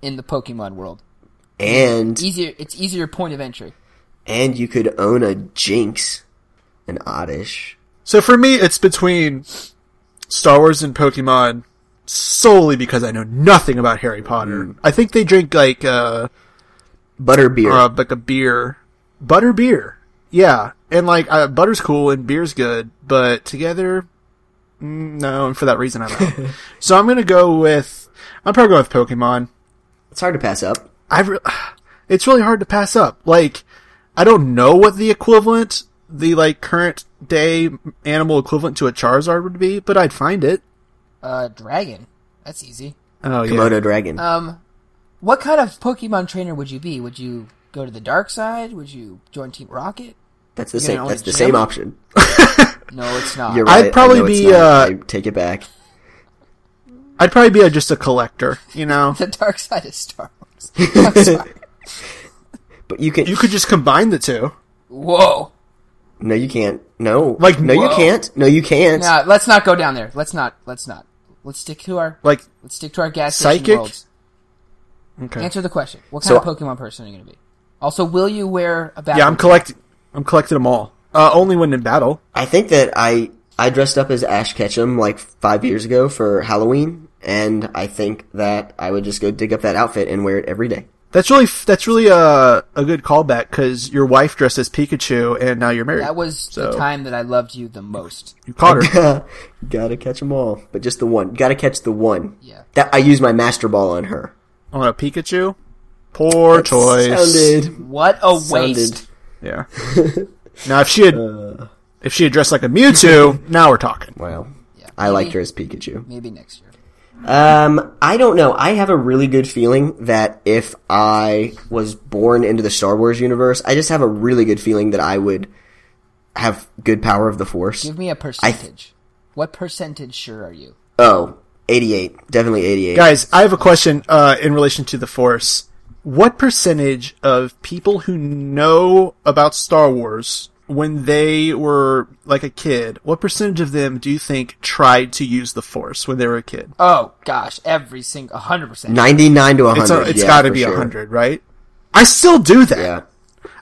in the Pokemon world.
And
Easier, it's easier point of entry.
and you could own a Jinx, an Oddish.
So for me, it's between Star Wars and Pokemon solely because I know nothing about Harry Potter. I think they drink like uh,
Butterbeer.
uh like a beer, butter beer. Yeah, and like uh, butter's cool and beer's good, but together, mm, no. And for that reason, I'm out. so I'm gonna go with I'm probably going with Pokemon.
it's hard to pass up.
I re- it's really hard to pass up. Like, I don't know what the equivalent, the like current day animal equivalent to a Charizard would be, but I'd find it.
Uh, dragon. That's easy.
Oh yeah,
Komodo Dragon.
Um, what kind of Pokemon trainer would you be? Would you go to the dark side? Would you join Team Rocket?
that's the
you
same.
know,
That's the
Jim.
same option.
No, it's not.
You're
I'd
right. I
probably
know it's
be,
not.
uh,
I take it back.
I'd probably be a, just a collector. You know,
The dark side is Star Wars. I'm sorry.
But you can.
you could just combine the two.
Whoa.
no, you can't. No.
Like,
no, you
whoa.
can't. No, you can't.
Now let's not go down there. Let's not. Let's not. Let's stick to our.
Like,
Let's stick to our gas station
Psychic?
worlds.
okay,
Answer the question. What
So-
kind of Pokemon person are you going to be? Also, will you wear a bat?
yeah, I'm collecting. I'm collecting them all. Uh, only when in battle.
I think that I I dressed up as Ash Ketchum like five years ago for Halloween, and I think that I would just go dig up that outfit and wear it every day.
That's really f- that's really uh, a good callback because your wife dressed as Pikachu and now you're married.
That was the
So-
time that I loved you the most.
you caught her.
Gotta catch them all, but just the one. Gotta catch the one.
Yeah.
That I use my master ball on her.
on a Oh, Pikachu. Poor choice.
Sounded.
What a
Sounded.
waste.
Yeah. now if she had if she had dressed like a Mewtwo, now we're talking.
Wow.
Yeah.
I liked her
Maybe-
as Pikachu.
Maybe next year.
Um, I don't know. I have a really good feeling that if I was born into the Star Wars universe, I just have a really good feeling that I would have good power of the Force.
Give me a percentage. what percentage sure are you?
Oh, 88. Definitely 88.
Guys, I have a question uh, in relation to the Force. What percentage of people who know about Star Wars when they were like a kid, what percentage of them do you think tried to use the Force when they were a kid?
Oh gosh, every single hundred percent.
99 to 100.
It's, a, it's
yeah,
got to
for
be a
sure.
100, right? I still do that.
Yeah.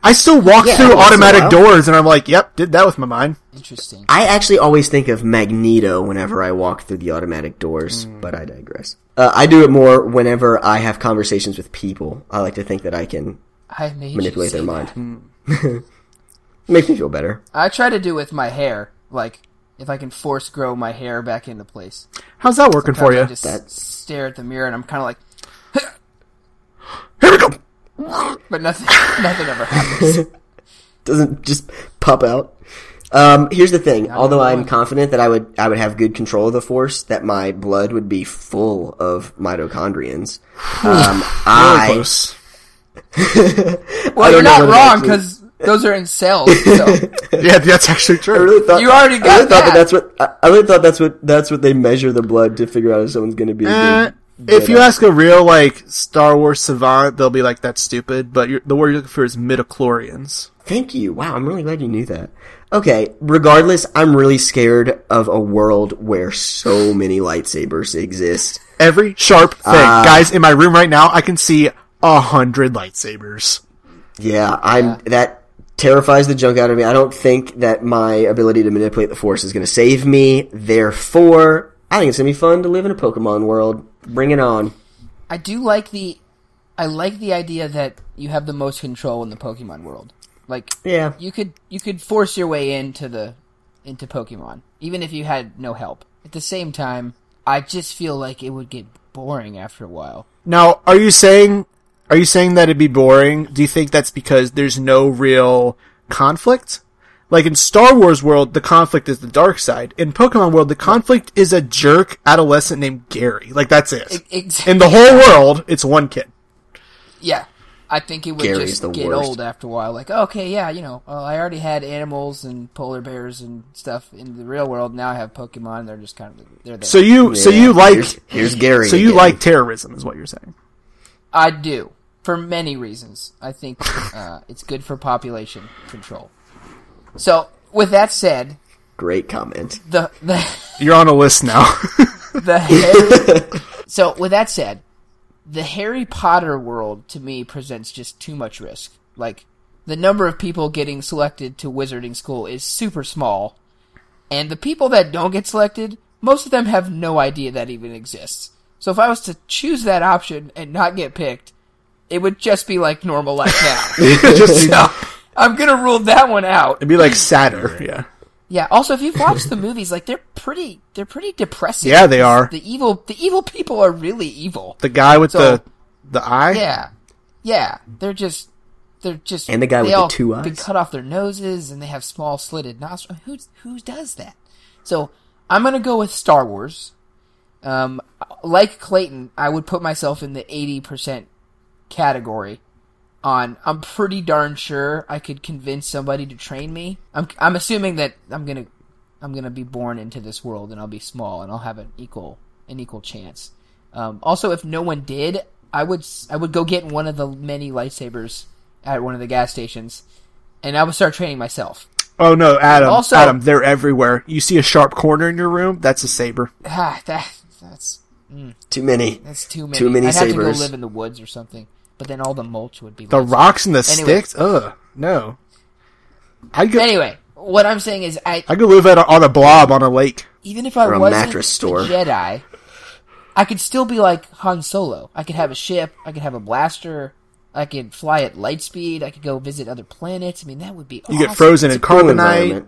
I uh, still walk
Yeah,
through
once in a
automatic
while.
doors and I'm like, yep, did that with my mind.
Interesting.
I actually always think of Magneto whenever I walk through the automatic doors,
Mm.
but I digress. Uh, I do it more whenever I have conversations with people. I like to think that I can
I made
manipulate
you
their
say
mind.
that.
Hmm.
Makes me feel better.
I try to do with my hair, like if I can force grow my hair back into place.
How's that working for
Sometimes
you?
I just stare at the mirror and I'm kind of like,
Here we go.
but nothing, nothing ever happens.
Doesn't just pop out. Um, here's the thing. Although
number
I'm
one.
confident that I would I would have good control of the force, that my blood would be full of mitochondrions. Um, I
Really close.
Well,
don't
you're
know
not
what it
wrong
actually-
because those are in cells. So
Yeah, that's actually true.
I really thought
You already
I
got
really thought
that.
that's what I, I really thought that's what that's what they measure the blood to figure out if someone's going to be. a
Eh,
good
if you
Jedi.
ask a real like Star Wars savant, they'll be like, "That's stupid." But you're, the word you're looking for is midichlorians.
Thank you. Wow, I'm really glad you knew that. Okay, regardless, I'm really scared of a world where so many lightsabers exist.
Every sharp thing, guys. In my room right now, I can see a hundred lightsabers.
Yeah, I'm that terrifies the junk out of me. I don't think that my ability to manipulate the force is going to save me. Therefore, I think it's going to be fun to live in a Pokemon world. Bring it on.
I do like the, I like the idea that you have the most control in the Pokemon world. Like
Yeah.
you could you could force your way into the into Pokemon even if you had no help. At the same time, I just feel like it would get boring after a while.
Now, are you saying are you saying that it'd be boring? Do you think that's because there's no real conflict? Like in Star Wars world, the conflict is the dark side. In Pokemon world, the conflict is a jerk adolescent named Gary. Like that's it.
Ex-
In the whole world, it's one kid.
yeah, I think it would
Gary's
just
the
get
worst.
old after a while. Like okay, yeah, you know, well, I already had animals and polar bears and stuff in the real world. Now I have Pokemon. And they're just kind of they're there.
So you so
Yeah,
you like
here's, here's Gary.
so you
again.
like terrorism is what you're saying.
I do for many reasons. I think uh, it's good for population control. So with that said,
great comment.
the the.
You're on a list now.
the Harry, so with that said the harry potter world to me presents just too much risk like the number of people getting selected to wizarding school is super small and the people that don't get selected most of them have no idea that even exists so if i was to choose that option and not get picked it would just be like normal life now
Just
so i'm gonna rule that one out
it'd be like sadder. Yeah.
yeah. Also, if you've watched the movies, like they're pretty, they're pretty depressing.
Yeah, they are.
The evil, the evil people are really evil.
The guy with
So-
the the eye.
Yeah, yeah. They're just, they're just.
And the guy
they
with the
all-
two eyes?
They cut off their noses and they have small slitted nostrils. Who who does that? So I'm gonna go with Star Wars. Um, like Clayton, I would put myself in the eighty percent category. On, I'm pretty darn sure I could convince somebody to train me. I'm I'm assuming that I'm gonna I'm gonna be born into this world and I'll be small and I'll have an equal an equal chance. Um, also, if no one did, I would s- I would go get one of the many lightsabers at one of the gas stations, and I would start training myself.
Oh no, Adam.
Also-
Adam, they're everywhere. You see a sharp corner in your room, that's a saber.
Ah, that that's
Too many.
that's too many.
Too many
I'd have to
sabers.
go live in the woods or something. But then all the mulch would be
The
lightsabers.
rocks and the
Anyway.
sticks. Ugh, no. I go.
Anyway, what I'm saying is, I
I go live at a, on a blob on a lake.
even if I
Or a
wasn't
mattress store.
a Jedi, I could still be like Han Solo. I could have a ship. I could have a blaster. I could fly at light speed. I could go visit other planets. I mean, that would be awesome.
You get frozen in
Cool
carbonite.
environment.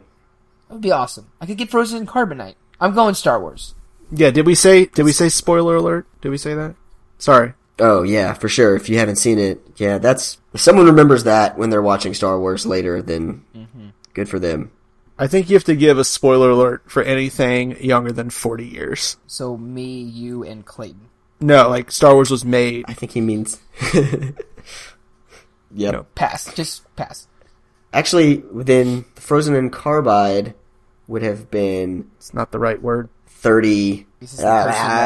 That would be awesome. I could get frozen in carbonite. I'm going Star Wars.
Yeah. Did we say? Did we say spoiler alert? Did we say that? Sorry.
Oh yeah, for sure. If you haven't seen it, yeah, that's if someone remembers that when they're watching Star Wars later, then good for them.
I think you have to give a spoiler alert for anything younger than forty years.
So me, you, and Clayton.
No, like Star Wars was made.
I think he means. yep.
No.
Pass. Just pass.
Actually, then Frozen and Carbide would have been
It's not the right word.
thirty.
This is the person
ah,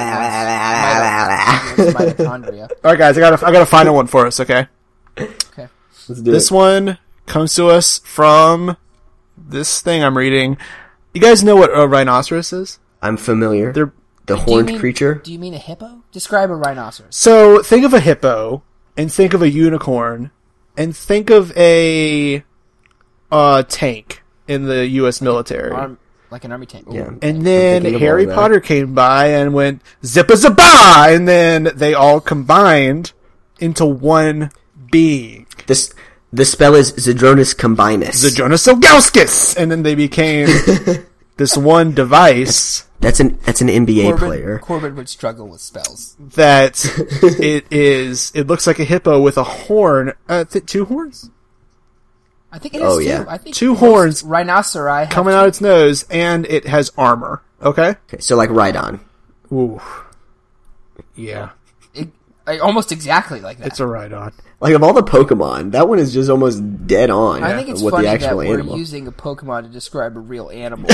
that wants mito- mitochondria.
All right, guys. I got. to I got a final one for us. Okay.
Okay.
Let's do
This
it.
one comes to us from this thing I'm reading. You guys know what a rhinoceros is?
I'm familiar.
They're
the
Do you
horned
mean-
creature.
Do you mean a hippo? Describe a rhinoceros.
So think of a hippo, and think of a unicorn, and think of a uh, tank in the U.S. military.
Arm, like an army tank. Ooh.
Yeah.
And then
thinking of
Harry
all that.
Potter came by and went zippa zippa, and then they all combined into one being,
This the spell is Zedronus Combinus.
the Jonas Ilgauskas, and then they became this one device.
that's an that's an NBA
Corbin,
player.
Corbin would struggle with spells.
that it is it looks like a hippo with a horn uh, th- two horns
I think it has
Oh,
two.
yeah.
I think
Two
most
horns
Rhinoceri have
coming out its nose, and it has armor. Okay.
Okay, so like Rhydon.
Ooh. Yeah,
it, like, almost exactly like that.
it's a ride on.
Like of all the Pokemon, that one is just almost dead on
I think it's
with
funny
the
that
actual
we're
animal
using a Pokemon to describe a real animal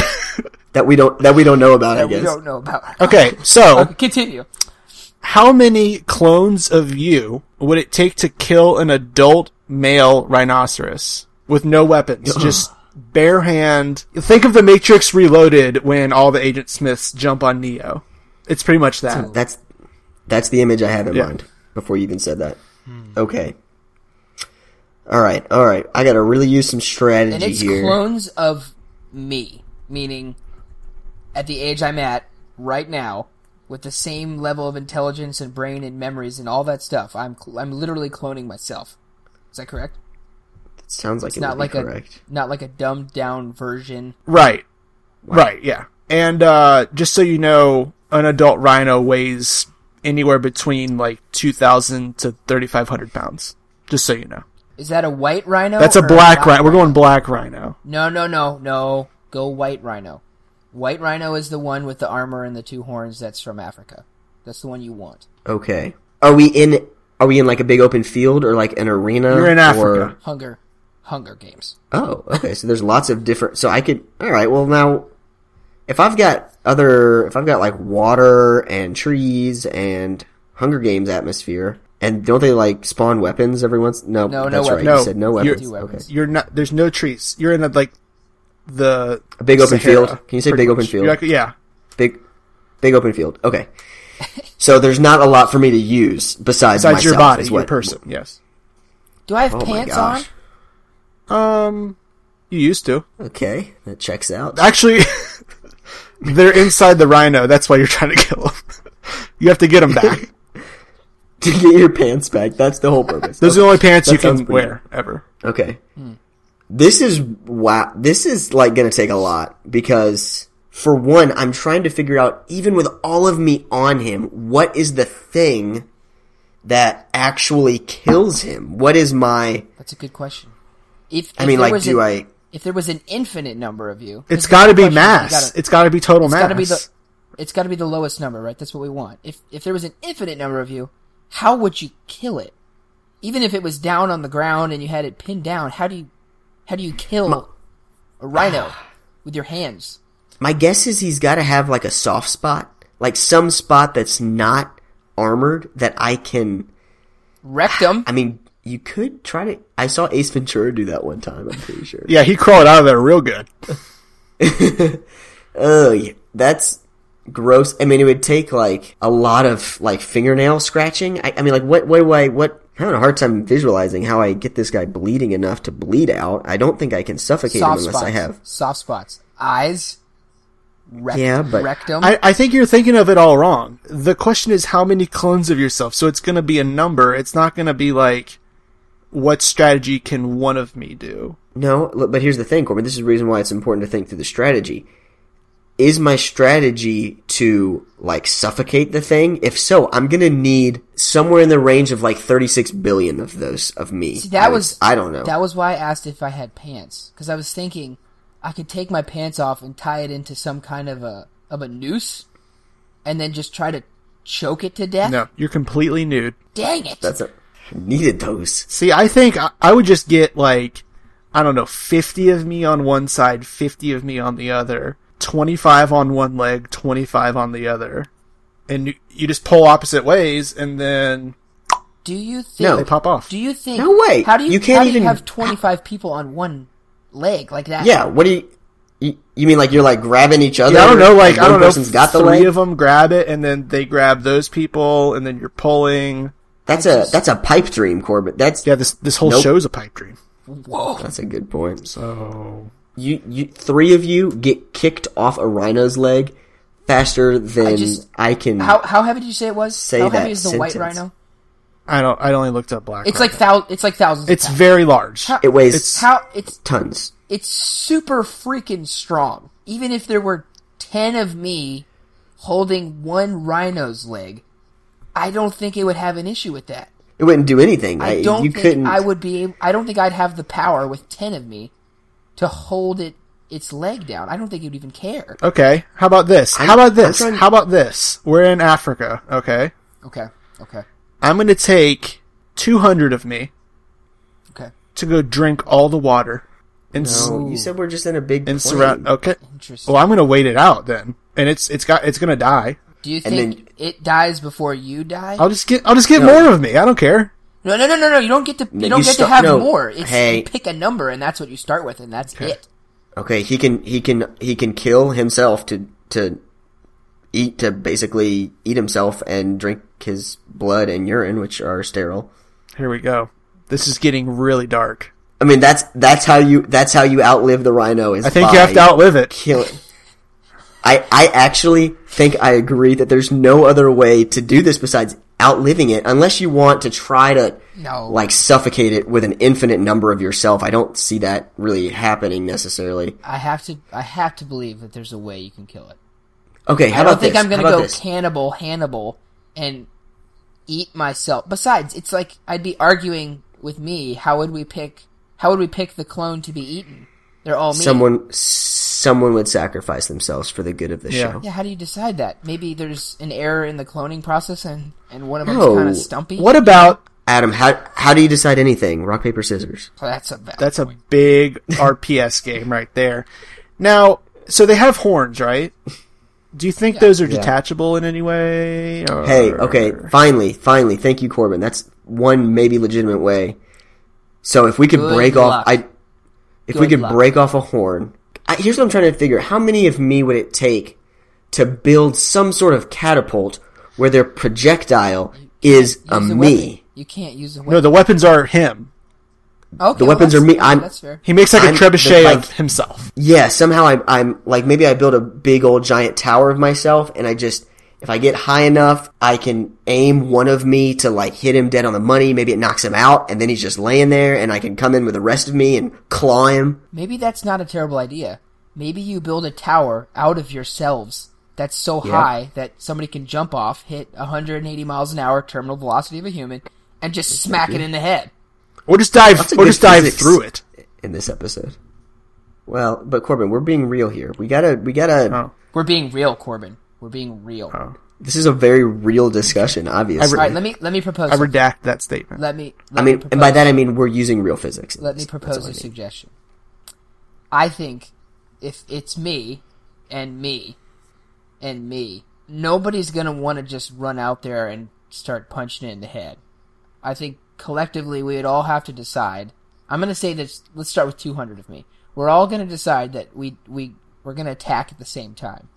that we don't that we don't know about. I
that we
guess
don't know about.
Okay, so
Continue.
how many clones of you would it take to kill an adult male rhinoceros with no weapons, just bare hand? Think of the Matrix Reloaded when all the Agent Smiths jump on Neo. It's pretty much that.
that's that's the image I had in
Yeah.
mind before you even said that.
Hmm.
Okay. All right, all right. I gotta really use some strategy
And it's
here.
clones of me, meaning at the age I'm at right now, with the same level of intelligence and brain and memories and all that stuff. I'm cl- I'm literally cloning myself. Is that correct?
Sounds like it's
Not like
correct.
a not like a dumbed down version.
Right. Right, yeah. And uh just so you know, an adult rhino weighs anywhere between like 2000 to 3500 pounds. Just so you know.
Is that a white rhino?
That's a
or
black rhino. We're going black rhino.
No, no, no, no. Go white rhino. White rhino is the one with the armor and the two horns. That's from Africa. That's the one you want.
Okay. Are we in? Are we in like a big open field or like an arena?
You're in
or-
Africa.
Hunger, Hunger Games.
Oh, okay. So there's lots of different. So I could. All right. Well, now, if I've got other, if I've got like water and trees and Hunger Games atmosphere, and don't they like spawn weapons every once? No,
No, no
that's right.
weapons.
You said no
No,
weapons.
you're-
Okay.
You're not there's no trees. You're in a, like the
A big open
Sahara,
field. Can you say
pretty
big open
much.
field?
You're like- yeah.
Big, big open field. Okay. So there's not a lot for me to use besides,
Besides your
myself,
body,
is
your
what-
person. Yes.
Do I have
Oh my
pants on?
gosh.
Um you used to.
Okay, that checks out.
Actually they're inside the rhino. That's why you're trying to kill them. you have to get them back.
to get your pants back. That's the whole purpose.
Those are the only pants
That
you can
sounds pretty
wear ever.
Okay.
Hmm.
This is wow. This is like going to take a lot because for one, I'm trying to figure out even with all of me on him, what is the thing that actually kills him? What is my
That's a good question. If,
I
if
mean
there
like
was
do
an-
I
if there was an infinite number of you,
It's got to be mass.
You gotta-
it's got to be total mass.
gotta be the it's got to be the lowest number, right? That's what we want. If if there was an infinite number of you, how would you kill it? Even if it was down on the ground and you had it pinned down, how do you how do you kill a rhino with your hands?
My guess is he's got to have like a soft spot, like some spot that's not armored that I can
Rectum.
I mean, you could try to I saw Ace Ventura do that one time, I'm pretty sure.
yeah, he crawled out of there real good.
Ugh, that's gross. I mean, it would take like a lot of like fingernail scratching. I, I mean, like what, what do I, what? I'm having a hard time visualizing how I get this guy bleeding enough to bleed out. I don't think I can suffocate
soft
him unless
spots.
I have.
Soft spots. Eyes. Rect-
Yeah, but-
rectum.
I, I think you're thinking of it all wrong. The question is how many clones of yourself. So it's going to be a number. It's not going to be like, what strategy can one of me do?
No, look, but here's the thing, Corbin. This is the reason why it's important to think through the strategy. Is my strategy to like suffocate the thing? If so, I'm gonna need somewhere in the range of like 36 billion of those of me.
See, that
I would-
was
I don't know.
That was why I asked if I had pants because I was thinking I could take my pants off and tie it into some kind of a of a noose, and then just try to choke it to death.
No, you're completely nude.
Dang it!
That's a, needed those.
See, I think I, I would just get like, I don't know, 50 of me on one side, 50 of me on the other, 25 on one leg, 25 on the other. And you, you just pull opposite ways and then
do you think?
No.
they pop off.
Do you think?
No way.
How do you?
You can't
how do you
even-
have twenty five people on one leg like that.
Yeah, what do you, you? You mean like you're like grabbing each other?
Yeah, I don't know. Like, I
one
don't know.
person's got the
three
leg.
of them grab it, and then they grab those people, and then you're pulling.
That's
I
a
just-
that's a pipe dream, Corbett. That's
Yeah, this this whole
Nope.
show's a pipe dream.
Whoa.
that's a good point. So
Oh,
you you three of you get kicked off a rhino's leg faster than I,
just-
can.
How how heavy did you say it was?
Say
how
that
heavy is the white
sentence.
rhino?
I don't. I only looked up black.
It's
Rhino.
like thou. It's like thousands. of
it's
pounds.
very large.
How-
it weighs
it's-
how it's
tons.
it's super freaking strong. Even if there were 10 of me holding one rhino's leg, I don't think it would have an issue with that.
It wouldn't do anything. I
I don't
you
think
couldn't.
I would be. ab- I don't think I'd have the power with ten of me to hold it its leg down. I don't think it would even care.
Okay. How about this? How about this?
trying-
How about this? We're in Africa. Okay.
Okay. Okay.
I'm going to take 200 of me
Okay.
to go drink all the water and, s-
No, you said we're just in a big plane.
and surround. oh. Okay.
Interesting.
Well, I'm going to wait it out then. And it's, it's got, it's going to die.
Do you
And Oh.
think it dies before you die?
I'll just get, I'll just get more of me. I don't care.
No, no, no, no, no. You don't get to. You don't
you
get
start-
to have
no.
more. It's
Hey.
you pick a number, and that's what you start with, and that's it.
Okay, he can he can he can kill himself to to eat to basically eat himself and drink his blood and urine, which are sterile.
Here we go. This is getting really dark.
I mean that's that's how you that's how you outlive the rhino. Is
I think you have to outlive it.
kill it. I I actually think I agree that there's no other way to do this besides outliving it, unless you want to try to
No.
like suffocate it with an infinite number of yourself. I don't see that really happening necessarily.
I have to. I have to believe that there's a way you can kill it.
Okay, how
I don't
about
think
this?
I'm gonna
How about
go
this?
cannibal Hannibal and eat myself. Besides, it's like I'd be arguing with me. How would we pick? How would we pick the clone to be eaten? They're all meat.
someone someone would sacrifice themselves for the good of the
Yeah.
show.
Yeah, how do you decide that? Maybe there's an error in the cloning process, and and one of them's
No.
kind of stumpy.
What about,
Adam, how how do you decide anything? Rock paper scissors.
That's a valid
that's a
point.
big RPS game right there. Now, so they have horns, right? Do you think those are detachable in any way? or-
Hey, okay, finally, finally, thank you, Corbin. That's one maybe legitimate way. So if we could
Good
break
luck.
off, I if we
Good
could
luck.
break off a horn. I, here's what I'm trying to figure: how many of me would it take to build some sort of catapult where their projectile is a
Use the
me?
weapon. You can't use a
No,
weapon.
the weapons are him.
okay, well,
weapons are
that's-
me- I'm-
That's fair.
He makes like
I'm-
a trebuchet
like-
of himself.
Yeah, somehow I'm, I'm like maybe I build a big old giant tower of myself, and I just if I get high enough, I can aim one of me to like hit him dead on the money. Maybe it knocks him out, and then he's just laying there, and I can come in with the rest of me and claw him.
Maybe that's not a terrible idea. Maybe you build a tower out of yourselves that's so high that somebody can jump off, hit 180 miles an hour terminal velocity of a human, and just smack it in the head.
Or just dive
That's a
or
good
just dive
physics.
through it.
In this episode, well, but Corbin, we're being real here. We gotta, we gotta.
Oh.
We're being real, Corbin. We're being real. All
This is a very real discussion, obviously. Uh, I,
right, let me let me propose.
I
something.
redact that statement.
let me. Let me
mean,
propose,
and by that I mean we're using real physics.
let me
That's- that's
propose
all I
a
mean.
suggestion. I think if it's me and me and me, nobody's gonna want to just run out there and start punching it in the head. I think collectively we would all have to decide. I'm gonna say this. Let's start with 200 of me. We're all gonna decide that we we we're gonna attack at the same time.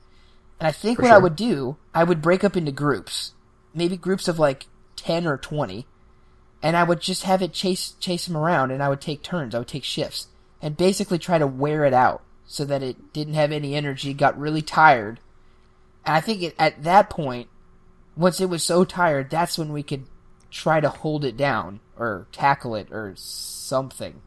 And I think what I
sure.
would do, I would break up into groups, maybe groups of like 10 or 20, and I would just have it chase chase him around, and I would take turns, I would take shifts, and basically try to wear it out so that it didn't have any energy, got really tired, and I think it, at that point, once it was so tired, that's when we could try to hold it down or tackle it or something,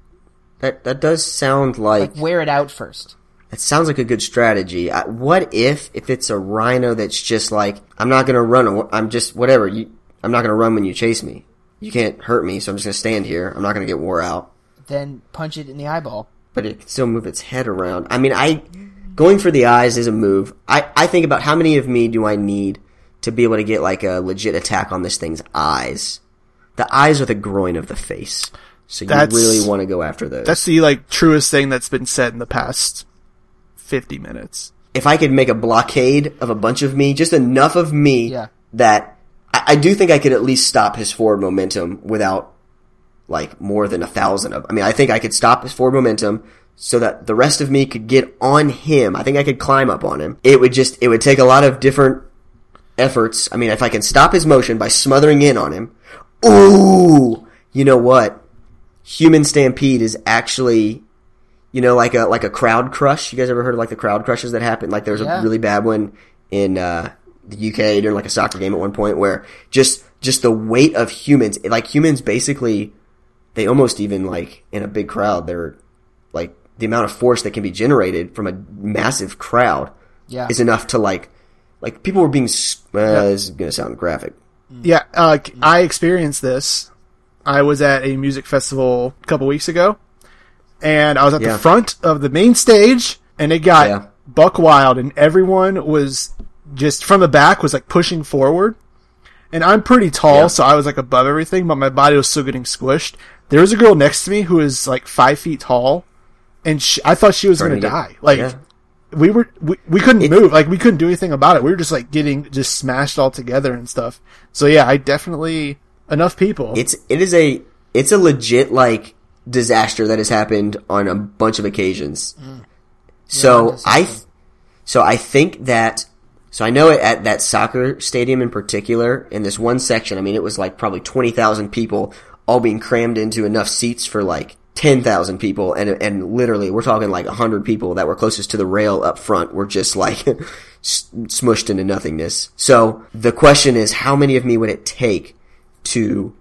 That that does sound
like wear it out first.
That sounds like a good strategy. I, what if if it's a rhino that's just like I'm not gonna run. aw- I'm just whatever. You, I'm not gonna run when you chase me. You can't hurt me, so I'm just gonna stand here. I'm not gonna get wore out.
Then punch it in the eyeball.
But it can still move its head around. I mean, I going for the eyes is a move. I I think about how many of me do I need to be able to get like a legit attack on this thing's eyes. The eyes are the groin of the face, so you
That's-
really want to go after those.
That's the like truest thing that's been said in the past 50 minutes.
if I could make a blockade of a bunch of me, just enough of me
Yeah.
that I, I do think I could at least stop his forward momentum without like more than a thousand of. I mean, I think I could stop his forward momentum so that the rest of me could get on him. I think I could climb up on him. It would just it would take a lot of different efforts. I mean, if I can stop his motion by smothering in on him, ooh, you know what? Human stampede is actually you know, like a like a crowd crush. You guys ever heard of like the crowd crushes that happen? Like there was
Yeah.
a really bad one in uh, the UK during like a soccer game at one point where just just the weight of humans, it- like humans basically, they almost even like in a big crowd, they're like the amount of force that can be generated from a massive crowd
Yeah.
is enough to like like people were being. s- Uh, This is gonna sound graphic.
Yeah, uh, I experienced this I was at a music festival a couple weeks ago, and I was at
Yeah.
the front of the main stage, and it got
Yeah.
buck wild, and everyone was just from the back was like pushing forward. And I'm pretty tall, so I was like above everything, but my body was still getting squished. There was a girl next to me who was like five feet tall, and she, I thought she was going
Starting
to
to
die.
get-
Like
yeah.
we were, we, we couldn't move. Like we couldn't do anything about it. We were just like getting just smashed all together and stuff. So yeah, I definitely enough people.
It's it is a it's a legit like disaster that has happened on a bunch of occasions. So I th- so I think that so I know it at that soccer stadium in particular in this one section. I mean, it was like probably twenty thousand people all being crammed into enough seats for like ten thousand people, and and literally we're talking like hundred people that were closest to the rail up front were just like s- smushed into nothingness. So the question is, how many of me would it take to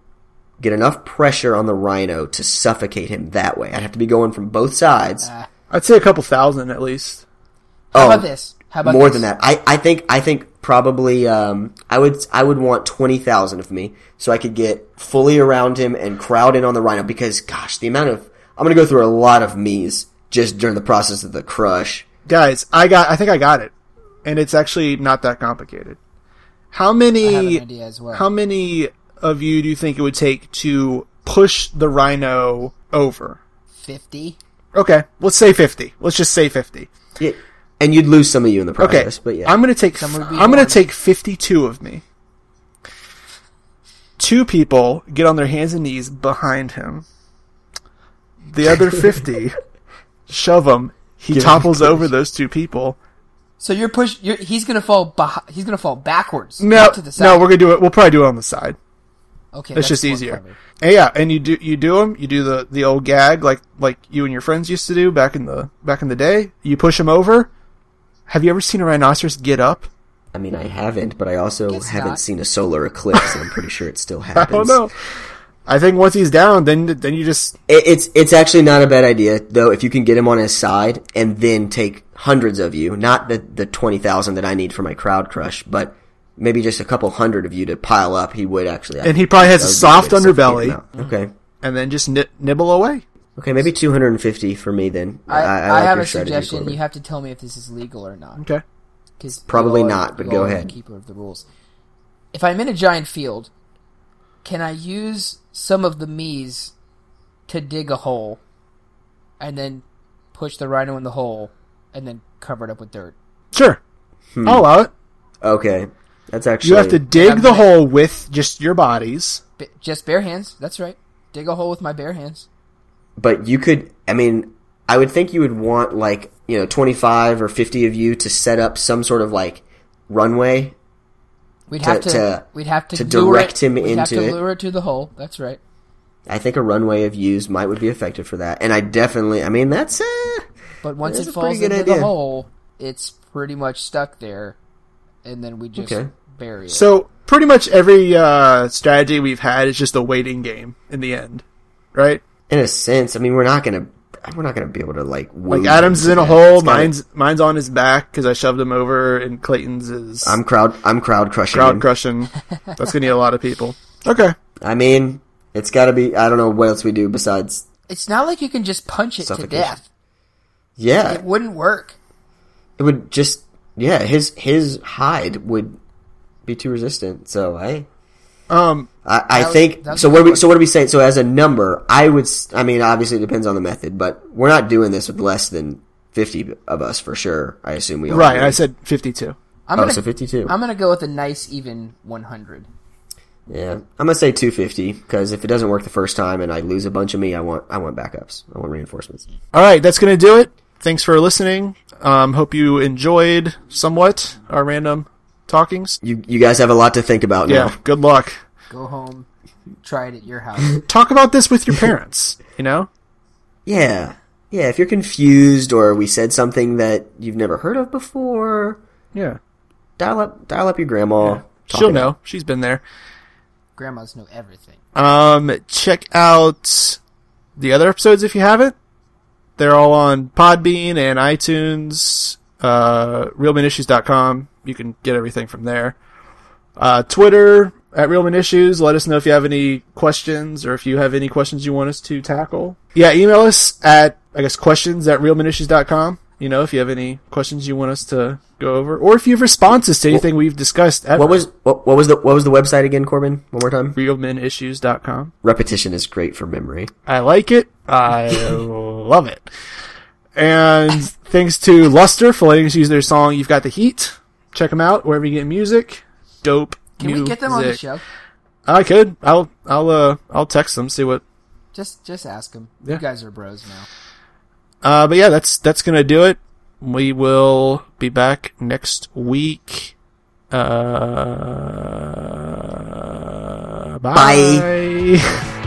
get enough pressure on the rhino to suffocate him that way? I'd have to be going from both sides.
I'd say a couple thousand at least.
How
Oh,
Uh, about this? How about
more
this?
than that. I, I think I think probably um, I would I would want twenty thousand of me so I could get fully around him and crowd in on the rhino because gosh the amount of I'm gonna go through a lot of me's just during the process of the crush.
Guys, I got, I think I got it. And it's actually not that complicated. How many,
I have an idea as well.
how many of you do you think it would take to push the rhino over?
Fifty.
Okay, let's say 50. Let's just say 50.
Yeah, and you'd lose some of you in the
Okay,
process, but yeah,
I'm gonna take.
Some would be
I'm gonna
one.
take 52 of me. Two people get on their hands and knees behind him. The other 50 shove him. He
Give him
topples over those two people.
So you're push. You're, he's gonna fall. Bah- he's gonna fall backwards.
No,
not to the side.
no, we're gonna do it. We'll probably do it on the side.
okay.
It's
that's
just
more
easier.
clever.
And yeah, and you do you do them. You do the the old gag like like you and your friends used to do back in the back in the day. You push him over. Have you ever seen a rhinoceros get up?
I mean I haven't, but I also
Guess
haven't
not.
seen a solar eclipse, and I'm pretty sure it still
I
happens.
don't know. I think once he's down, then then you just
It, it's it's actually not a bad idea though if you can get him on his side and then take hundreds of you, not the the twenty thousand that I need for my crowd crush, but maybe just a couple hundred of you to pile up. He would actually,
And he probably has a soft
that would be a way to
underbelly.
suffocate him out. Okay,
and then just nib- nibble away.
okay, maybe two hundred and fifty for me then.
I, I,
like
have
your
a
strategy,
suggestion.
Corbin.
You have to tell me if this is legal or not.
Okay.
Because
Probably not, but go ahead.
Keeper of the rules. If I'm in a giant field, can I use some of the me's to dig a hole, and then push the rhino in the hole, and then cover it up with dirt?
Sure.
Hmm.
I'll allow it.
okay, that's actually
You have to dig the
I'm-
hole with just your bodies.
B- just bare hands. That's right. Dig a hole with my bare hands.
but you could i mean i would think you would want like you know 25 or 50 of you to set up some sort of like runway
We'd
To-
have to,
to-
we'd have to,
to
lure
direct
it,
him
we'd have to
into it.
lure it to the hole. That's right.
i think a runway of views might would be effective for that and i definitely i mean that's uh,
But once
That's
it
a pretty
falls
good
into the
idea.
hole, it's pretty much stuck there, and then we just
Okay.
bury it.
So pretty much every uh, strategy we've had is just a waiting game in the end, right?
in a sense i mean we're not gonna we're not gonna be able to like
Like
wound
Adam's is
him
in
to
a
death.
hole,
It's gotta-
mine's mine's on his back because I shoved him over, and Clayton's is
i'm crowd i'm crowd crushing
crowd
him.
crushing. That's gonna need a lot of people. Okay.
i mean it's gotta be i don't know what else we do besides
It's not like you can just punch it to
Suffocation.
death.
yeah
It wouldn't work.
it would just yeah his his hide would be too resistant so i
Um.
I, I
That was-
think
that was
so.
a
What
good
are we
one.
so what are we saying? So as a number, I would. s- I mean, obviously it depends on the method, but we're not doing this with less than fifty of us for sure. I assume we all
Right.
agree.
I said fifty-two.
I'm
oh,
gonna,
so fifty-two.
I'm gonna go with a nice even 100.
yeah, I'm gonna say two fifty because if it doesn't work the first time and I lose a bunch of me, I want I want backups. I want reinforcements.
All right, that's going to do it. Thanks for listening. Um, hope you enjoyed somewhat our random talkings.
You you guys have a lot to think about
Yeah,
now.
good luck.
Go home, try it at your house.
Talk about this with your parents, you know?
Yeah, yeah. If you're confused or we said something that you've never heard of before,
Yeah.
dial up dial up your grandma. Talk it
She'll
out.
know. She's been there.
Grandmas know everything.
Um, check out the other episodes if you haven't. They're all on Podbean and iTunes, uh, realmanissues.com. You can get everything from there. Uh, Twitter, at Real Men Issues. Let us know if you have any questions or if you have any questions you want us to tackle. Yeah, email us at, I guess, questions at realmanissues.com. You know, if you have any questions you want us to go over, or if you have responses to anything we've discussed, ever,
What was what, what was the what was the website again, Corbin? One more time.
realmenissues.com.
Repetition is great for memory.
I like it. I love it. And thanks to Luster for letting us use their song "You've Got the Heat." Check them out wherever you get music. Dope.
Can we get them on the
music.
show?
I could. I'll. I'll. Uh. I'll text them. See what.
Just just ask them.
Yeah.
You guys are bros now.
Uh. But yeah, that's that's gonna do it. We will be back next week. Uh. Bye.
Bye.